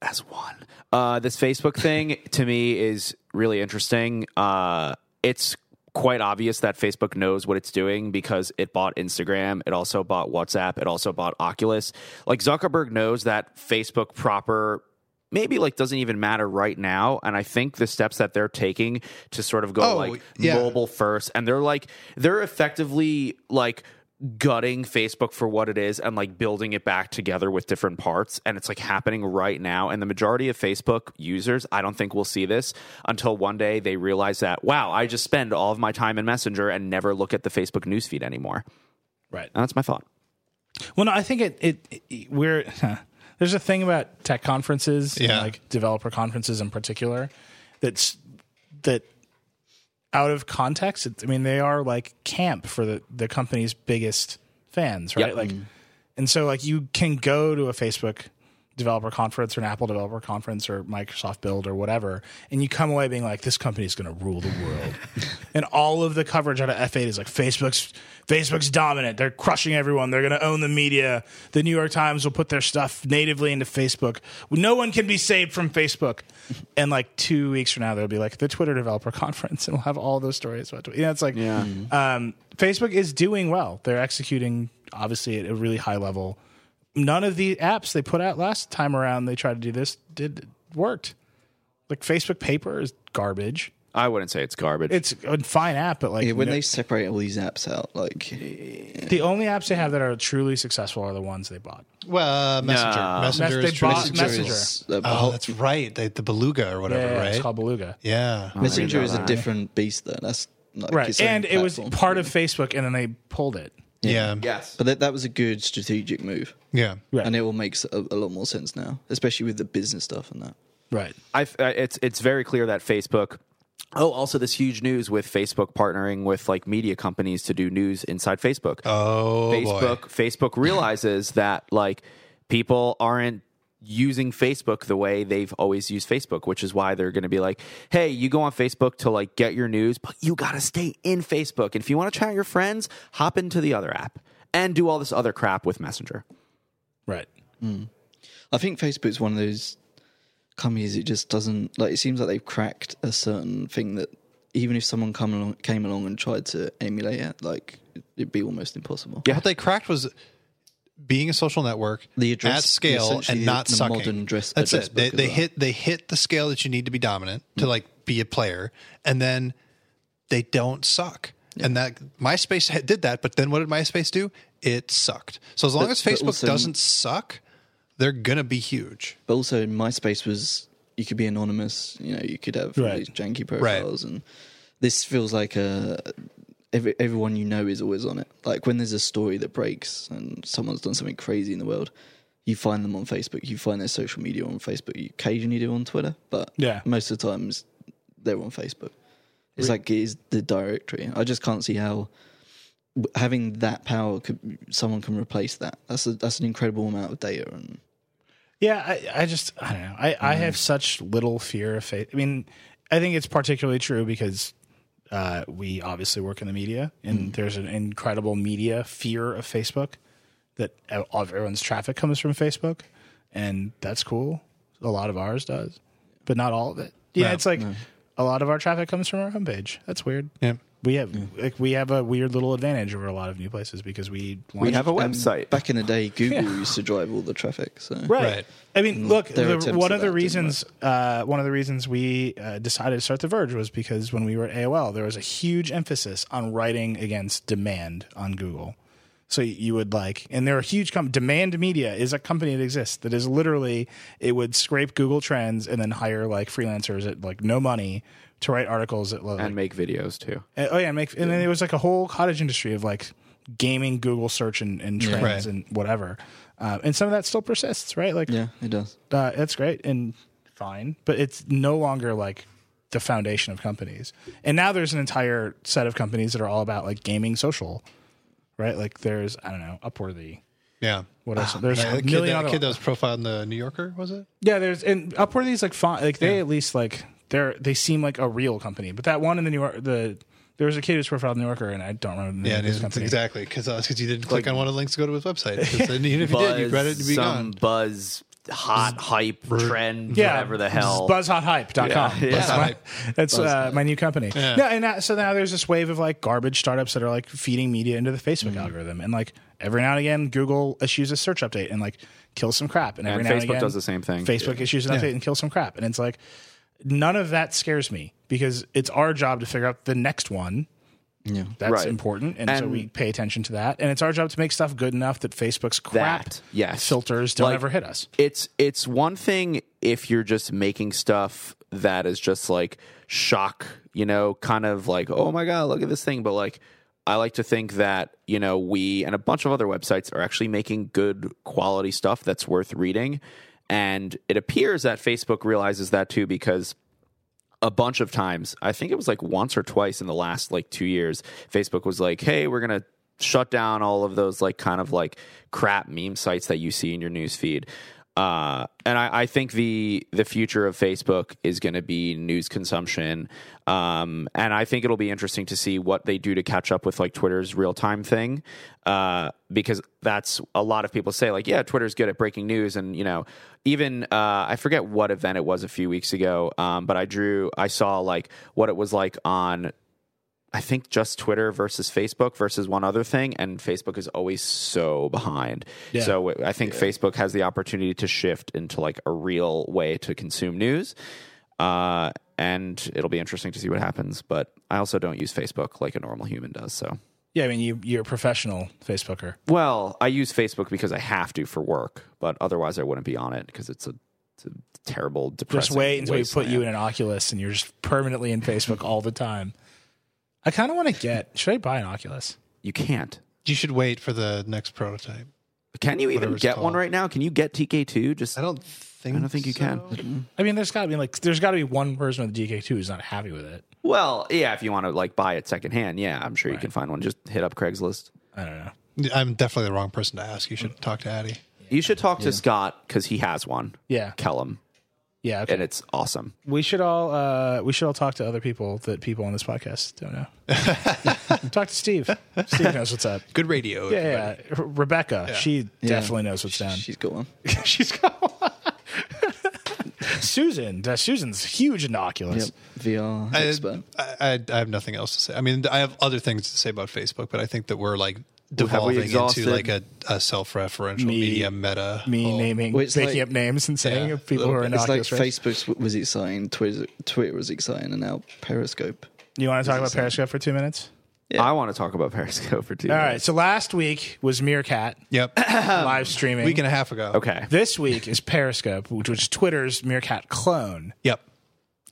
D: as one. Uh, this Facebook thing to me is really interesting. Uh, it's quite obvious that Facebook knows what it's doing because it bought Instagram, it also bought WhatsApp, it also bought Oculus. Like Zuckerberg knows that Facebook proper maybe like doesn't even matter right now and i think the steps that they're taking to sort of go
B: Oh,
D: like
B: yeah.
D: mobile first and they're like they're effectively like gutting Facebook for what it is and like building it back together with different parts. And it's like happening right now. And the majority of Facebook users, I don't think will see this until one day they realize that, wow, I just spend all of my time in Messenger and never look at the Facebook newsfeed anymore.
A: Right.
D: And that's my thought.
A: Uh, Well, no, I think it it, it- we're there's a thing about tech conferences, and
B: Yeah.
A: like developer conferences in particular, that's that out of context. It, I mean, they are like camp for the the company's biggest fans, right?
D: Yep.
A: Like, and so like you can go to a Facebook developer conference or an Apple developer conference or Microsoft Build or whatever, and you come away being like, this company is going to rule the world, and all of the coverage out of F8 is like Facebook's Facebook's dominant. They're crushing everyone. They're going to own the media. The New York Times will put their stuff natively into Facebook. No one can be saved from Facebook. And like two weeks from now, there'll be like the Twitter developer conference, and we'll have all those stories about Twitter. You know, it's like um, Facebook is doing well. They're executing obviously at a really high level none of the apps they put out last time around they tried to do this did worked like facebook paper is garbage
D: I wouldn't say it's garbage.
A: it's a fine app but like
C: Yeah, when
A: no-
C: they separate all these apps out, like
A: the only apps they have that are truly successful are the ones they bought
B: Well, uh, messenger,
D: No.
A: Mes-
B: messenger is
A: they
B: truly
A: bought
B: successful.
A: Messenger.
C: is a
B: Oh,
C: whole-
B: that's right. They, the beluga or whatever,
A: Yeah,
B: right?
A: Uh, it's called beluga
B: yeah.
C: Messenger is a different beast. There, that's like
A: right
C: its own
A: and it was
C: platform.
A: part of facebook and then they pulled it
B: Yeah. Yeah.
D: yes.
C: But that, that was a good strategic move,
A: Right.
C: and it all makes a, a lot more sense now, especially with the business stuff and that.
A: right
D: I, I- it's it's very clear that Facebook. Oh, also this huge news with Facebook partnering with like media companies to do news inside Facebook.
B: Oh,
D: Facebook
B: boy.
D: Facebook realizes that like people aren't using Facebook the way they've always used Facebook, which is why they're going to be like, "Hey, you go on Facebook to like get your news, but you got to stay in Facebook. And if you want to chat with your friends, hop into the other app and do all this other crap with Messenger."
A: right
C: I think Facebook's one of those companies that just doesn't like. It seems like they've cracked a certain thing that even if someone come along, came along and tried to emulate it, like it'd be almost impossible.
B: What they cracked was being a social network
C: The address-
B: at scale
C: essentially
B: and not
C: the
B: sucking.
C: modern address-
B: That's
C: address
B: it. They,
C: book as
B: they
C: well. Mm.
B: hit they hit the scale that you need to be dominant to like be a player, and then they don't suck. And that MySpace had- did that, but then what did MySpace do? It sucked. So as long
C: But-
B: as
C: but
B: Facebook
C: also-
B: doesn't suck, they're gonna be huge.
C: But also, MySpace was you could be anonymous. You know, you could have all
A: Right.
C: these janky profiles, and this feels like a every, everyone you know is always on it. Like when there's a story that breaks and someone's done something crazy in the world, you find them on Facebook. You find their social media on Facebook. You occasionally do on Twitter, but
A: Yeah.
C: most of the times they're on Facebook. It's like it is the directory. I just can't see how w- having that power could someone can replace that. That's a, that's an incredible amount of data and.
A: Yeah, I, I just I don't know. I, I
B: Mm.
A: have such little fear of faith. I mean, I think it's particularly true because uh, we obviously work in the media,
B: Mm.
A: and there's an incredible media fear of Facebook that all of everyone's traffic comes from Facebook, and that's cool. A lot of ours does, but not all of it. Yeah,
B: No,
A: it's like a lot of our traffic comes from our homepage. That's weird.
B: Yeah.
A: We have like we have a weird little advantage over a lot of new places because we
D: We
A: launch-
D: have a
C: Um,
D: website.
C: Back in the day, Google used to drive all the traffic. So
A: right.
B: Right.
A: I mean, look,
C: Mm, there are
A: the,
C: attempts
A: one
C: at
A: of the
C: that, didn't
A: reasons, uh, one of the reasons we uh, decided to start The Verge was because when we were at AOL, there was a huge emphasis on writing against demand on Google. So you would like, and there are huge com- demand media is a company that exists that is literally it would scrape Google Trends and then hire like freelancers at like no money to write articles at like,
D: And make videos too.
A: and- oh yeah, make and then it was like a whole cottage industry of like gaming, Google search, and, and trends
B: Right.
A: and whatever. Uh, and some of that still persists, right? Like
C: Yeah, it does.
A: uh, that's great and fine, but it's no longer like the foundation of companies. And now there's an entire set of companies that are all about like gaming social, right? Like there's I don't know Upworthy.
B: Yeah.
A: What else? there's a
B: Yeah, the Ah, kid,
A: million
B: that,
A: other
B: kid that was profiled in the New Yorker, was it?
A: yeah, there's and Upworthy's like fine. Like they at least like they're they seem like a real company. But that one in the New York the there was a kid who's profiled in the New Yorker, and I don't remember the
B: Yeah,
A: name of
B: it
A: his
B: is,
A: company.
B: exactly. Because you didn't click on one of the links to go to his website. 'Cause then even if you did, you'd read it and be
D: some
B: gone.
D: buzz, hot hype, trend, whatever the hell.
A: Buzzhothype.com.
D: Yeah,
A: That's,
D: yeah.
A: my, that's uh, my new company. No, and that, so now there's this wave of like garbage startups that are like feeding media into the Facebook
D: Mm-hmm.
A: algorithm. And like every now and again, Google issues a search update and like kills some crap. And every
D: And
A: now
D: Facebook
A: and again,
D: does the same thing.
A: Facebook issues an update and kills some crap. And it's like, none of that scares me because it's our job to figure out the next one
C: Yeah.
A: That's
D: Right.
A: important, and, so
D: And-
A: we pay attention to that. And it's our job to make stuff good enough that Facebook's crap
D: That, yes.
A: filters don't
D: Like-
A: ever hit us.
D: it's it's one thing if you're just making stuff that is just like shock, you know, kind of like, oh my god, look at this thing. But like, I like to think that you know we and a bunch of other websites are actually making good quality stuff that's worth reading, and it appears that Facebook realizes that too because a bunch of times. I think it was like once or twice in the last like two years, Facebook was like, hey, we're going to shut down all of those like kind of like crap meme sites that you see in your news feed. Uh, and I, I think the the future of Facebook is going to be news consumption, um, and I think it'll be interesting to see what they do to catch up with like Twitter's real time thing, uh, because that's a lot of people say like, yeah, Twitter's good at breaking news, and you know, even uh, I forget what event it was a few weeks ago, um, but I drew, I saw like what it was like on, I think just Twitter versus Facebook versus one other thing, and Facebook is always so behind.
A: Yeah.
D: So I think Facebook has the opportunity to shift into like a real way to consume news. Uh, and it'll be interesting to see what happens, but I also don't use Facebook like a normal human does. So,
A: Yeah, I mean, you, you're a professional Facebooker.
D: well, I use Facebook because I have to for work, but otherwise I wouldn't be on it because it's a, it's a terrible, depressing.
A: Just wait until we put
D: wasteland.
A: you in an Oculus and you're just permanently in Facebook all the time. I kind of want to get. Should I buy an Oculus?
D: You can't.
B: You should wait for the next prototype.
D: Can you even
B: Whatever it's
D: get one
B: called.
D: right now? Can you get TK2? Just
B: I don't think.
D: I don't think you can.
B: so.
A: I mean, there's got to be like, there's got to be one person with DK two who's not happy with it.
D: well, yeah, if you want to like buy it secondhand, yeah, I'm sure you can find one. Just hit up Craigslist.
A: I don't know.
B: I'm definitely the wrong person to ask. You should talk to Addy.
D: You should talk to Scott because he has one.
A: Yeah,
D: Kellum,
A: yeah. Okay.
D: and it's awesome.
A: We should all uh, we should all talk to other people that people on this podcast don't know. talk to Steve. Steve knows what's up.
B: Good radio.
A: Yeah, yeah. Re- Rebecca, she definitely knows what's down.
C: She's got one.
A: She's got one. Susan, uh, Susan's huge in Oculus.
C: Yep. VR
B: I,
C: expert.
B: I, I, I have nothing else to say. I mean, I have other things to say about Facebook, but I think that we're like devolving into
D: exhausted-
B: like a, a self-referential media meta.
A: Me
B: whole-
A: naming,
C: Well, Oh. it's
A: making
C: like-
A: up names and saying
B: Yeah.
A: of people who are in
C: It's like
A: Oculus. right?
C: Facebook's w was exciting, Twitter, Twitter was exciting, and now Periscope.
A: you want to talk about Periscope for two minutes?
D: I want to talk about Periscope for two.
A: All right. So last week was Meerkat
B: Yep,
D: Um,
A: live streaming.
B: week and a half ago.
D: Okay.
A: this week is Periscope, which was Twitter's Meerkat clone
B: Yep.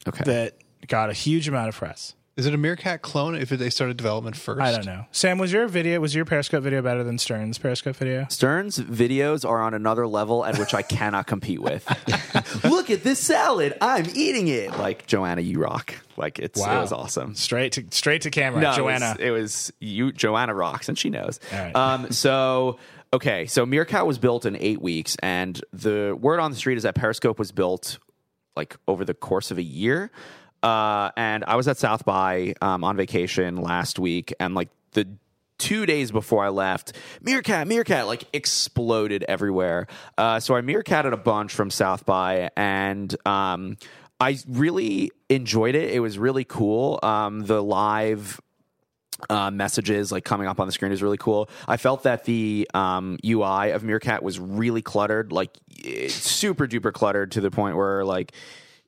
D: Okay.
A: that got a huge amount of press.
B: Is it a Meerkat clone? If they started development first,
A: I don't know. Sam, was your video was your Periscope video better than Stern's Periscope video?
D: Stern's videos are on another level at which I cannot compete with. Look at this salad. I'm eating it. Like Joanna, you rock. Like it's it was awesome.
A: Straight to straight to camera,
D: No,
A: Joanna.
D: It was, it was you. Joanna rocks, and she knows.
A: right.
D: Um, so okay, so Meerkat was built in eight weeks, and the word on the street is that Periscope was built like over the course of a year. Uh, and I was at South by um, on vacation last week, and like the two days before I left, Meerkat, Meerkat, like exploded everywhere. Uh, so I meerkatted a bunch from South by, and um, I really enjoyed it. It was really cool. Um, the live uh, messages like coming up on the screen is really cool. I felt that the um, UI of Meerkat was really cluttered, like eh, super duper cluttered to the point where like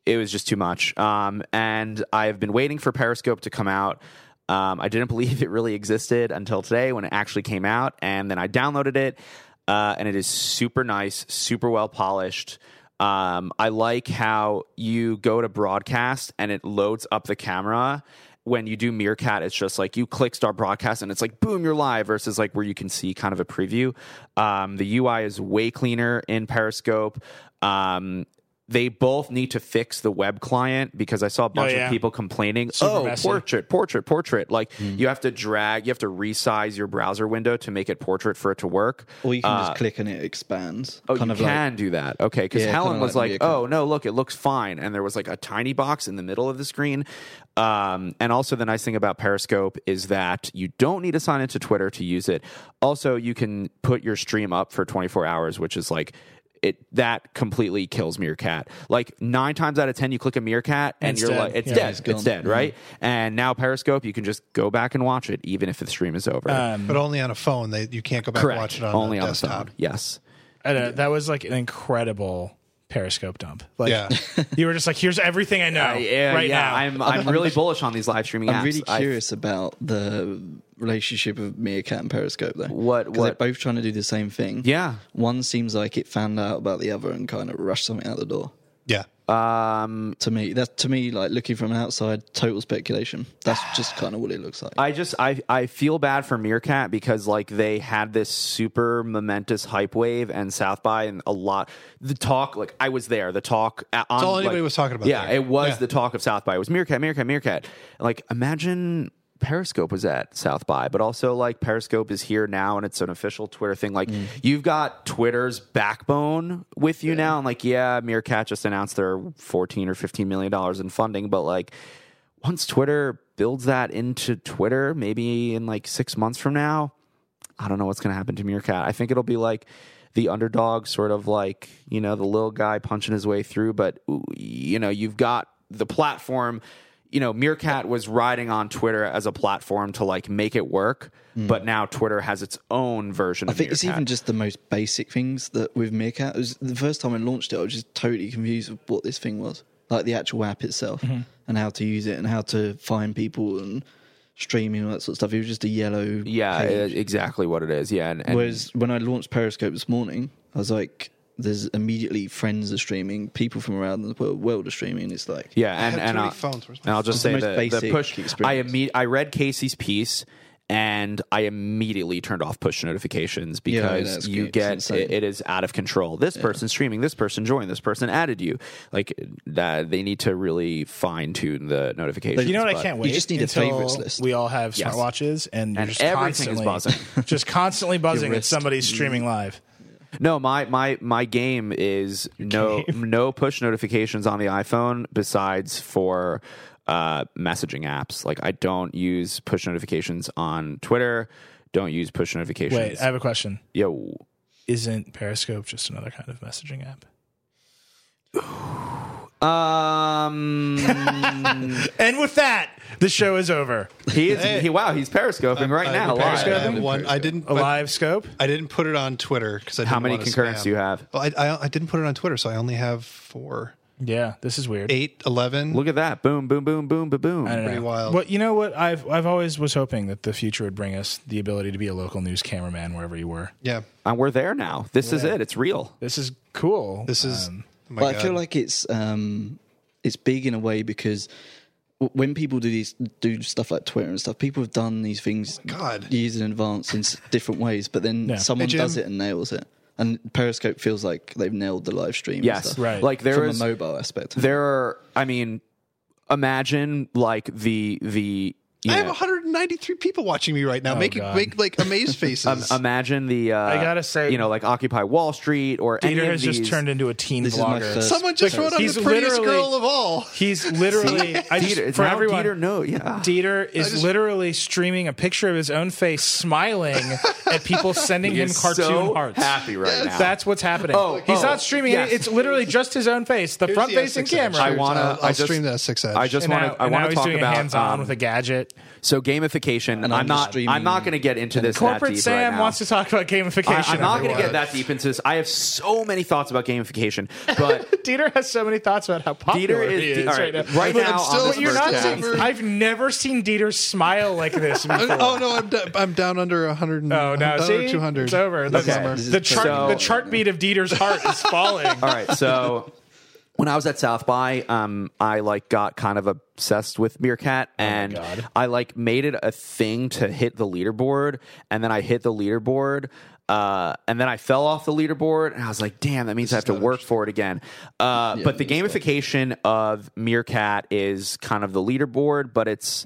D: it was just too much. Um, and I've been waiting for Periscope to come out. Um, I didn't believe it really existed until today when it actually came out, and then I downloaded it, uh, and it is super nice, super well polished. Um, I like how you go to broadcast and it loads up the camera when you do Meerkat, it's just like you click start broadcast and it's like boom, you're live versus like where you can see kind of a preview. Um, the UI is way cleaner in Periscope. Um, they both need to fix the web client because I saw a bunch
A: Oh, yeah.
D: of people complaining.
A: Super
D: oh,
A: messy.
D: portrait, portrait, portrait. Like you have to drag, you have to resize your browser window to make it portrait for it to work.
C: Or you can just click and it expands.
D: Ah. Oh,
C: kind
D: you
C: of
D: can do that. Okay, because
C: Yeah,
D: Helen
C: kinda
D: was
C: like
D: like,
C: Meerkat.
D: "Oh no, look, it looks fine," and there was like a tiny box in the middle of the screen. Um, and also, the nice thing about Periscope is that you don't need to sign into Twitter to use it. Also, you can put your stream up for 24 hours, which is like. It that completely kills Meerkat. Like nine times out of ten, you click a Meerkat and
A: It's
D: you're
A: dead.
D: like, it's
A: Yeah,
D: dead,
A: it's
D: it's,
C: gone.
D: dead, right? And now Periscope, you can just go back and watch it, even if the stream is over.
B: but only on a phone. They you can't go back and
D: Correct.
B: Uh, watch it on
D: Only
B: a
D: on the
B: desktop.
A: Uh,
D: phone. Yes.
A: I don't know, that was like an incredible Periscope dump. Like
B: Yeah.
A: you were just like, here's everything I know
B: Oh,
D: Uh, yeah,
A: right
D: yeah.
A: now.
D: I'm I'm really bullish on these live streaming apps.
C: I'm really
D: I-
C: curious about the relationship of Meerkat and Periscope, though.
D: What-
C: 'Cause
D: what-
C: They're both trying to do the same thing.
D: Yeah.
C: One seems like it found out about the other and kind of rushed something out the door.
B: Yeah.
D: um,
C: To me, that to me, like looking from outside, total speculation. That's just kind of what it looks like.
D: I just I I feel bad for Meerkat because like they had this super momentous hype wave and South by and a lot the talk like I was there the talk uh, on,
B: all anybody
D: like-
B: was talking about
D: yeah
B: there.
D: it was
B: Yeah.
D: the talk of South by it was Meerkat Meerkat Meerkat And, like imagine Periscope was at South by but also like Periscope is here now and it's an official Twitter thing like you've got Twitter's backbone with you now and like yeah Meerkat just announced their fourteen or fifteen million dollars in funding but like once Twitter builds that into Twitter, maybe in like six months from now, I don't know what's going to happen to Meerkat. I think it'll be like the underdog, sort of like, you know, the little guy punching his way through. But, ooh, you know, you've got the platform. You know, Meerkat was riding on Twitter as a platform to like make it work. But now Twitter has its own version
C: Hmm. I
D: of
C: think it's
D: Meerkat.
C: even just the most basic things that with Meerkat. It was the first time I launched it, I was just totally confused with what this thing was, like the actual app itself
D: Mm-hmm.
C: and how to use it and how to find people and streaming and all that sort of stuff. It was just a yellow.
D: yeah,
C: page.
D: e- exactly what it is. Yeah. And, and
C: Whereas when I launched Periscope this morning, I was like, "There's immediately friends are streaming, people from around the world, world are streaming." It's like,
D: Yeah, and
B: have too
D: and,
B: many
D: I'll-
B: phones. Where's my
D: and I'll just
C: phone?
D: say
C: It's the
D: the,
C: most basic
D: the push. I
C: experience.
D: imme- I read Casey's piece and I immediately turned off push notifications
C: Yeah, I know,
D: because
C: it's
D: you
C: good. It's
D: get
C: insane.
D: it, it is out of control. This person streaming, this person joined, this person added you. Like that, they need to really fine tune the notifications.
A: you know what? I
D: but-
A: can't wait.
C: just need a
A: until
C: favorites list.
A: We all have
D: Yes.
A: smartwatches, and, you're
D: And
A: just
D: everything is
A: constantly,
D: buzzing. Mm.
A: just constantly buzzing that
C: wrist.
A: somebody's streaming live.
D: No, my my my game is no no push notifications on the iPhone besides for uh, messaging apps. Like I don't use push notifications on Twitter. Don't use push notifications.
A: Wait, I have a question.
D: Yo,
A: Isn't Periscope just another kind of messaging app?
D: um,
A: And with that, the show is over.
D: he is he. Wow, he's periscoping right now.
B: I,
D: live.
B: I have one. I didn't.
A: A
B: but
A: live scope.
B: I didn't put it on Twitter because I didn't
D: How many
B: wanna
D: concurrents
B: spam.
D: do you have?
B: Well, I, I I didn't put it on Twitter, so I only have four,
A: Yeah, this is weird.
B: eight, eleven.
D: Look at that! Boom, boom, boom, boom, boom, boom.
A: I don't
B: pretty
A: know.
B: wild.
A: Well, you know what? I've I've always was hoping that the future would bring us the ability to be a local news cameraman wherever you were.
B: yeah,
D: And we're there now. This is it. It's real.
A: This is cool. Um,
B: this is.
D: Um,
B: oh my
C: But I
B: God.
C: feel like it's um, it's big in a way because w- when people do these do stuff like Twitter and stuff, people have done these things
B: Oh God.
C: years in advance in s- different ways, but then someone
B: Hey, Jim.
C: does it and nails it. And Periscope feels like they've nailed the live stream. and
D: Yes,
C: stuff.
A: Right.
D: Like there
C: From
D: is
C: a mobile aspect.
D: there are. I mean, imagine like the the. You
B: I have
D: know,
B: 193 people watching me right now, making
A: Oh, God.
B: make like amazed faces.
D: imagine the. Uh, I
A: gotta say-
D: you know, like Occupy Wall Street or
A: Peter
D: any of
A: has
D: these.
A: just turned into a teen
C: This is my
A: vlogger.
C: first-
B: Someone just wrote I'm
A: He's
B: the prettiest
A: literally-
B: girl of all.
A: He's literally I just,
D: Peter, it's
A: for
D: now
A: everyone.
D: Peter, no, yeah.
A: Dieter is
B: just-
A: literally streaming a picture of his own face, smiling at people sending
D: He
A: him
D: is
A: cartoon
D: so
A: hearts.
D: Happy right now.
A: That's what's happening.
D: Oh,
A: he's
D: oh,
A: not streaming.
D: yes.
A: it. It's literally just his own face, the front facing camera.
D: I want- wanna-
B: I'll, I'll
D: I just-
B: stream that at 6X.
D: I just
A: And now-
D: want to. I
A: and
D: want
A: now
D: to
A: he's
D: talk
A: doing a
D: about
A: hands-on
D: um,
A: with a gadget.
D: So gamification.
C: And
D: I'm,
C: I'm
D: not.
C: streaming-
D: I'm not going to get into this. that
A: Corporate
D: deep
A: Sam
D: right now.
A: wants to talk about
D: I,
A: gamification.
D: I'm not going to get
B: everyone.
D: that deep into this. I have so many thoughts about gamification, but
A: Dieter has so many thoughts about how popular
D: Dieter is-
A: he is
D: all
A: right,
D: right,
A: now.
D: right
A: But
D: now
A: I'm
D: on
A: still,
D: this
A: what you're not
B: first
A: seeing,
B: down.
A: I've never seen Dieter smile like this before.
B: oh no, I'm, d- I'm down under 100. and-
A: Oh no!
B: under
A: See,
B: 200.
A: it's over. The,
D: Okay.
C: This is
A: the chart,
D: so-
A: the chart beat of Dieter's heart is falling.
D: All right, so when I was at South by, um, I like got kind of obsessed with Meerkat, and
A: God.
D: I like made it a thing to hit the leaderboard, and then I hit the leaderboard. Uh, and then I fell off the leaderboard, and I was like, "Damn, that means I have to work for it again." Uh, but the gamification of Meerkat is kind of the leaderboard, but it's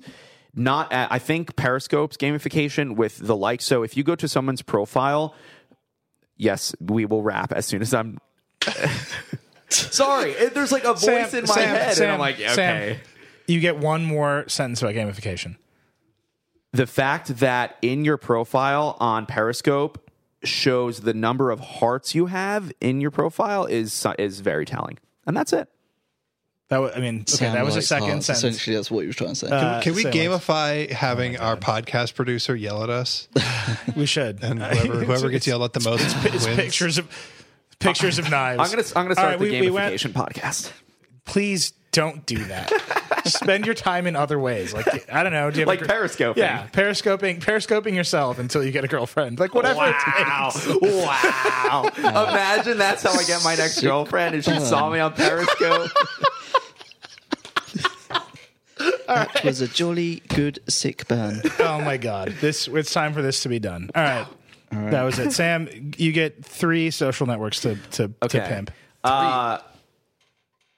D: not. At, I think Periscope's gamification with the like. So if you go to someone's profile, yes, we will wrap as soon as I'm. Sorry, it- there's like a voice
A: Sam,
D: in my
A: Sam,
D: head,
A: Sam,
D: and I'm like, okay.
A: Sam. You get one more sentence about gamification.
D: The fact that in your profile on Periscope shows the number of hearts you have in your profile is is very telling, and that's it.
A: That was, I mean, okay,
C: Sound
A: that was a
C: likes
A: second
C: hearts.
A: sentence.
C: Essentially, that's what he was trying to say.
B: Can we
A: so
B: gamify having
A: Oh
B: our podcast producer yell at us?
A: We should.
B: And whoever, whoever gets yelled at the most
A: It's
B: wins.
A: pictures of pictures of knives.
D: I'm gonna I'm gonna
A: All
D: start
A: right,
D: the
A: we- we went-
D: gamification podcast.
A: please don't do that. Spend your time in other ways. Like I don't know, do you have a
D: Like
A: gr-
D: periscoping.
A: Yeah, periscoping, periscoping yourself until you get a girlfriend. Like whatever. it
D: Wow!
A: takes.
D: wow! Imagine that's how I get my next girlfriend, and she saw me on Periscope.
C: It was a jolly good sick burn.
A: Oh my god, this it's time for this to be done. All right. That was it. Sam, you get three social networks to to, to
D: Okay.
A: pimp.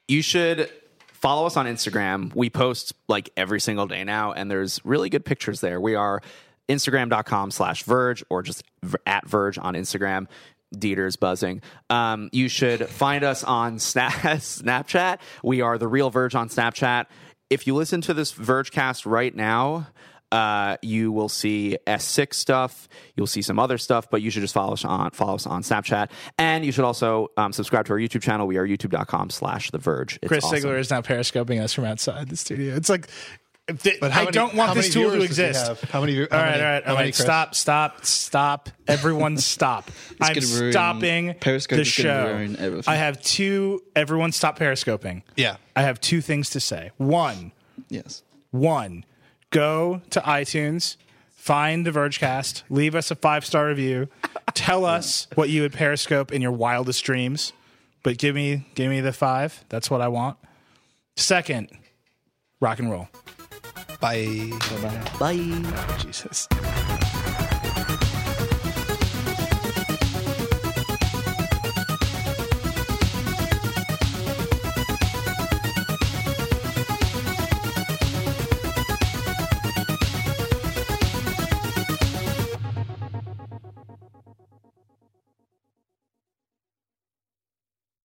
D: you should follow us on Instagram. We post like every single day now, and there's really good pictures there. We are Instagram.com slash Verge or just v- at Verge on Instagram. Dieter's buzzing. Um, you should find us on Sna- Snapchat. We are the real Verge on Snapchat. If you listen to this Verge cast right now, uh, you will see S6 stuff. You'll see some other stuff, but you should just follow us on follow us on Snapchat, and you should also um, subscribe to our YouTube channel. We are youtube.com/slash The Verge. It's
A: Chris
D: awesome.
A: Sigler is now periscoping us from outside the studio. It's like th-
B: But how
A: I
B: many-
A: don't want
B: how
A: this
B: many
A: tool to
B: viewers does he
A: exist.
B: have? How many view-
A: All
B: how
A: right,
B: many-
A: all right,
B: how
A: all
B: many,
A: right.
B: Chris?
A: Stop, stop, stop. Everyone, stop. I'm
C: gonna ruin-
A: stopping
C: Periscope
A: the
C: is gonna
A: show.
C: ruin everything.
A: I have two. Everyone, stop periscoping.
B: Yeah.
A: I have two things to say. One,
C: Yes.
A: one, go to iTunes, find the Vergecast, leave us a five star review, tell us what you would periscope in your wildest dreams, but give me give me the five. That's what I want. Second, rock and roll.
B: Bye.
C: Bye.
A: Jesus.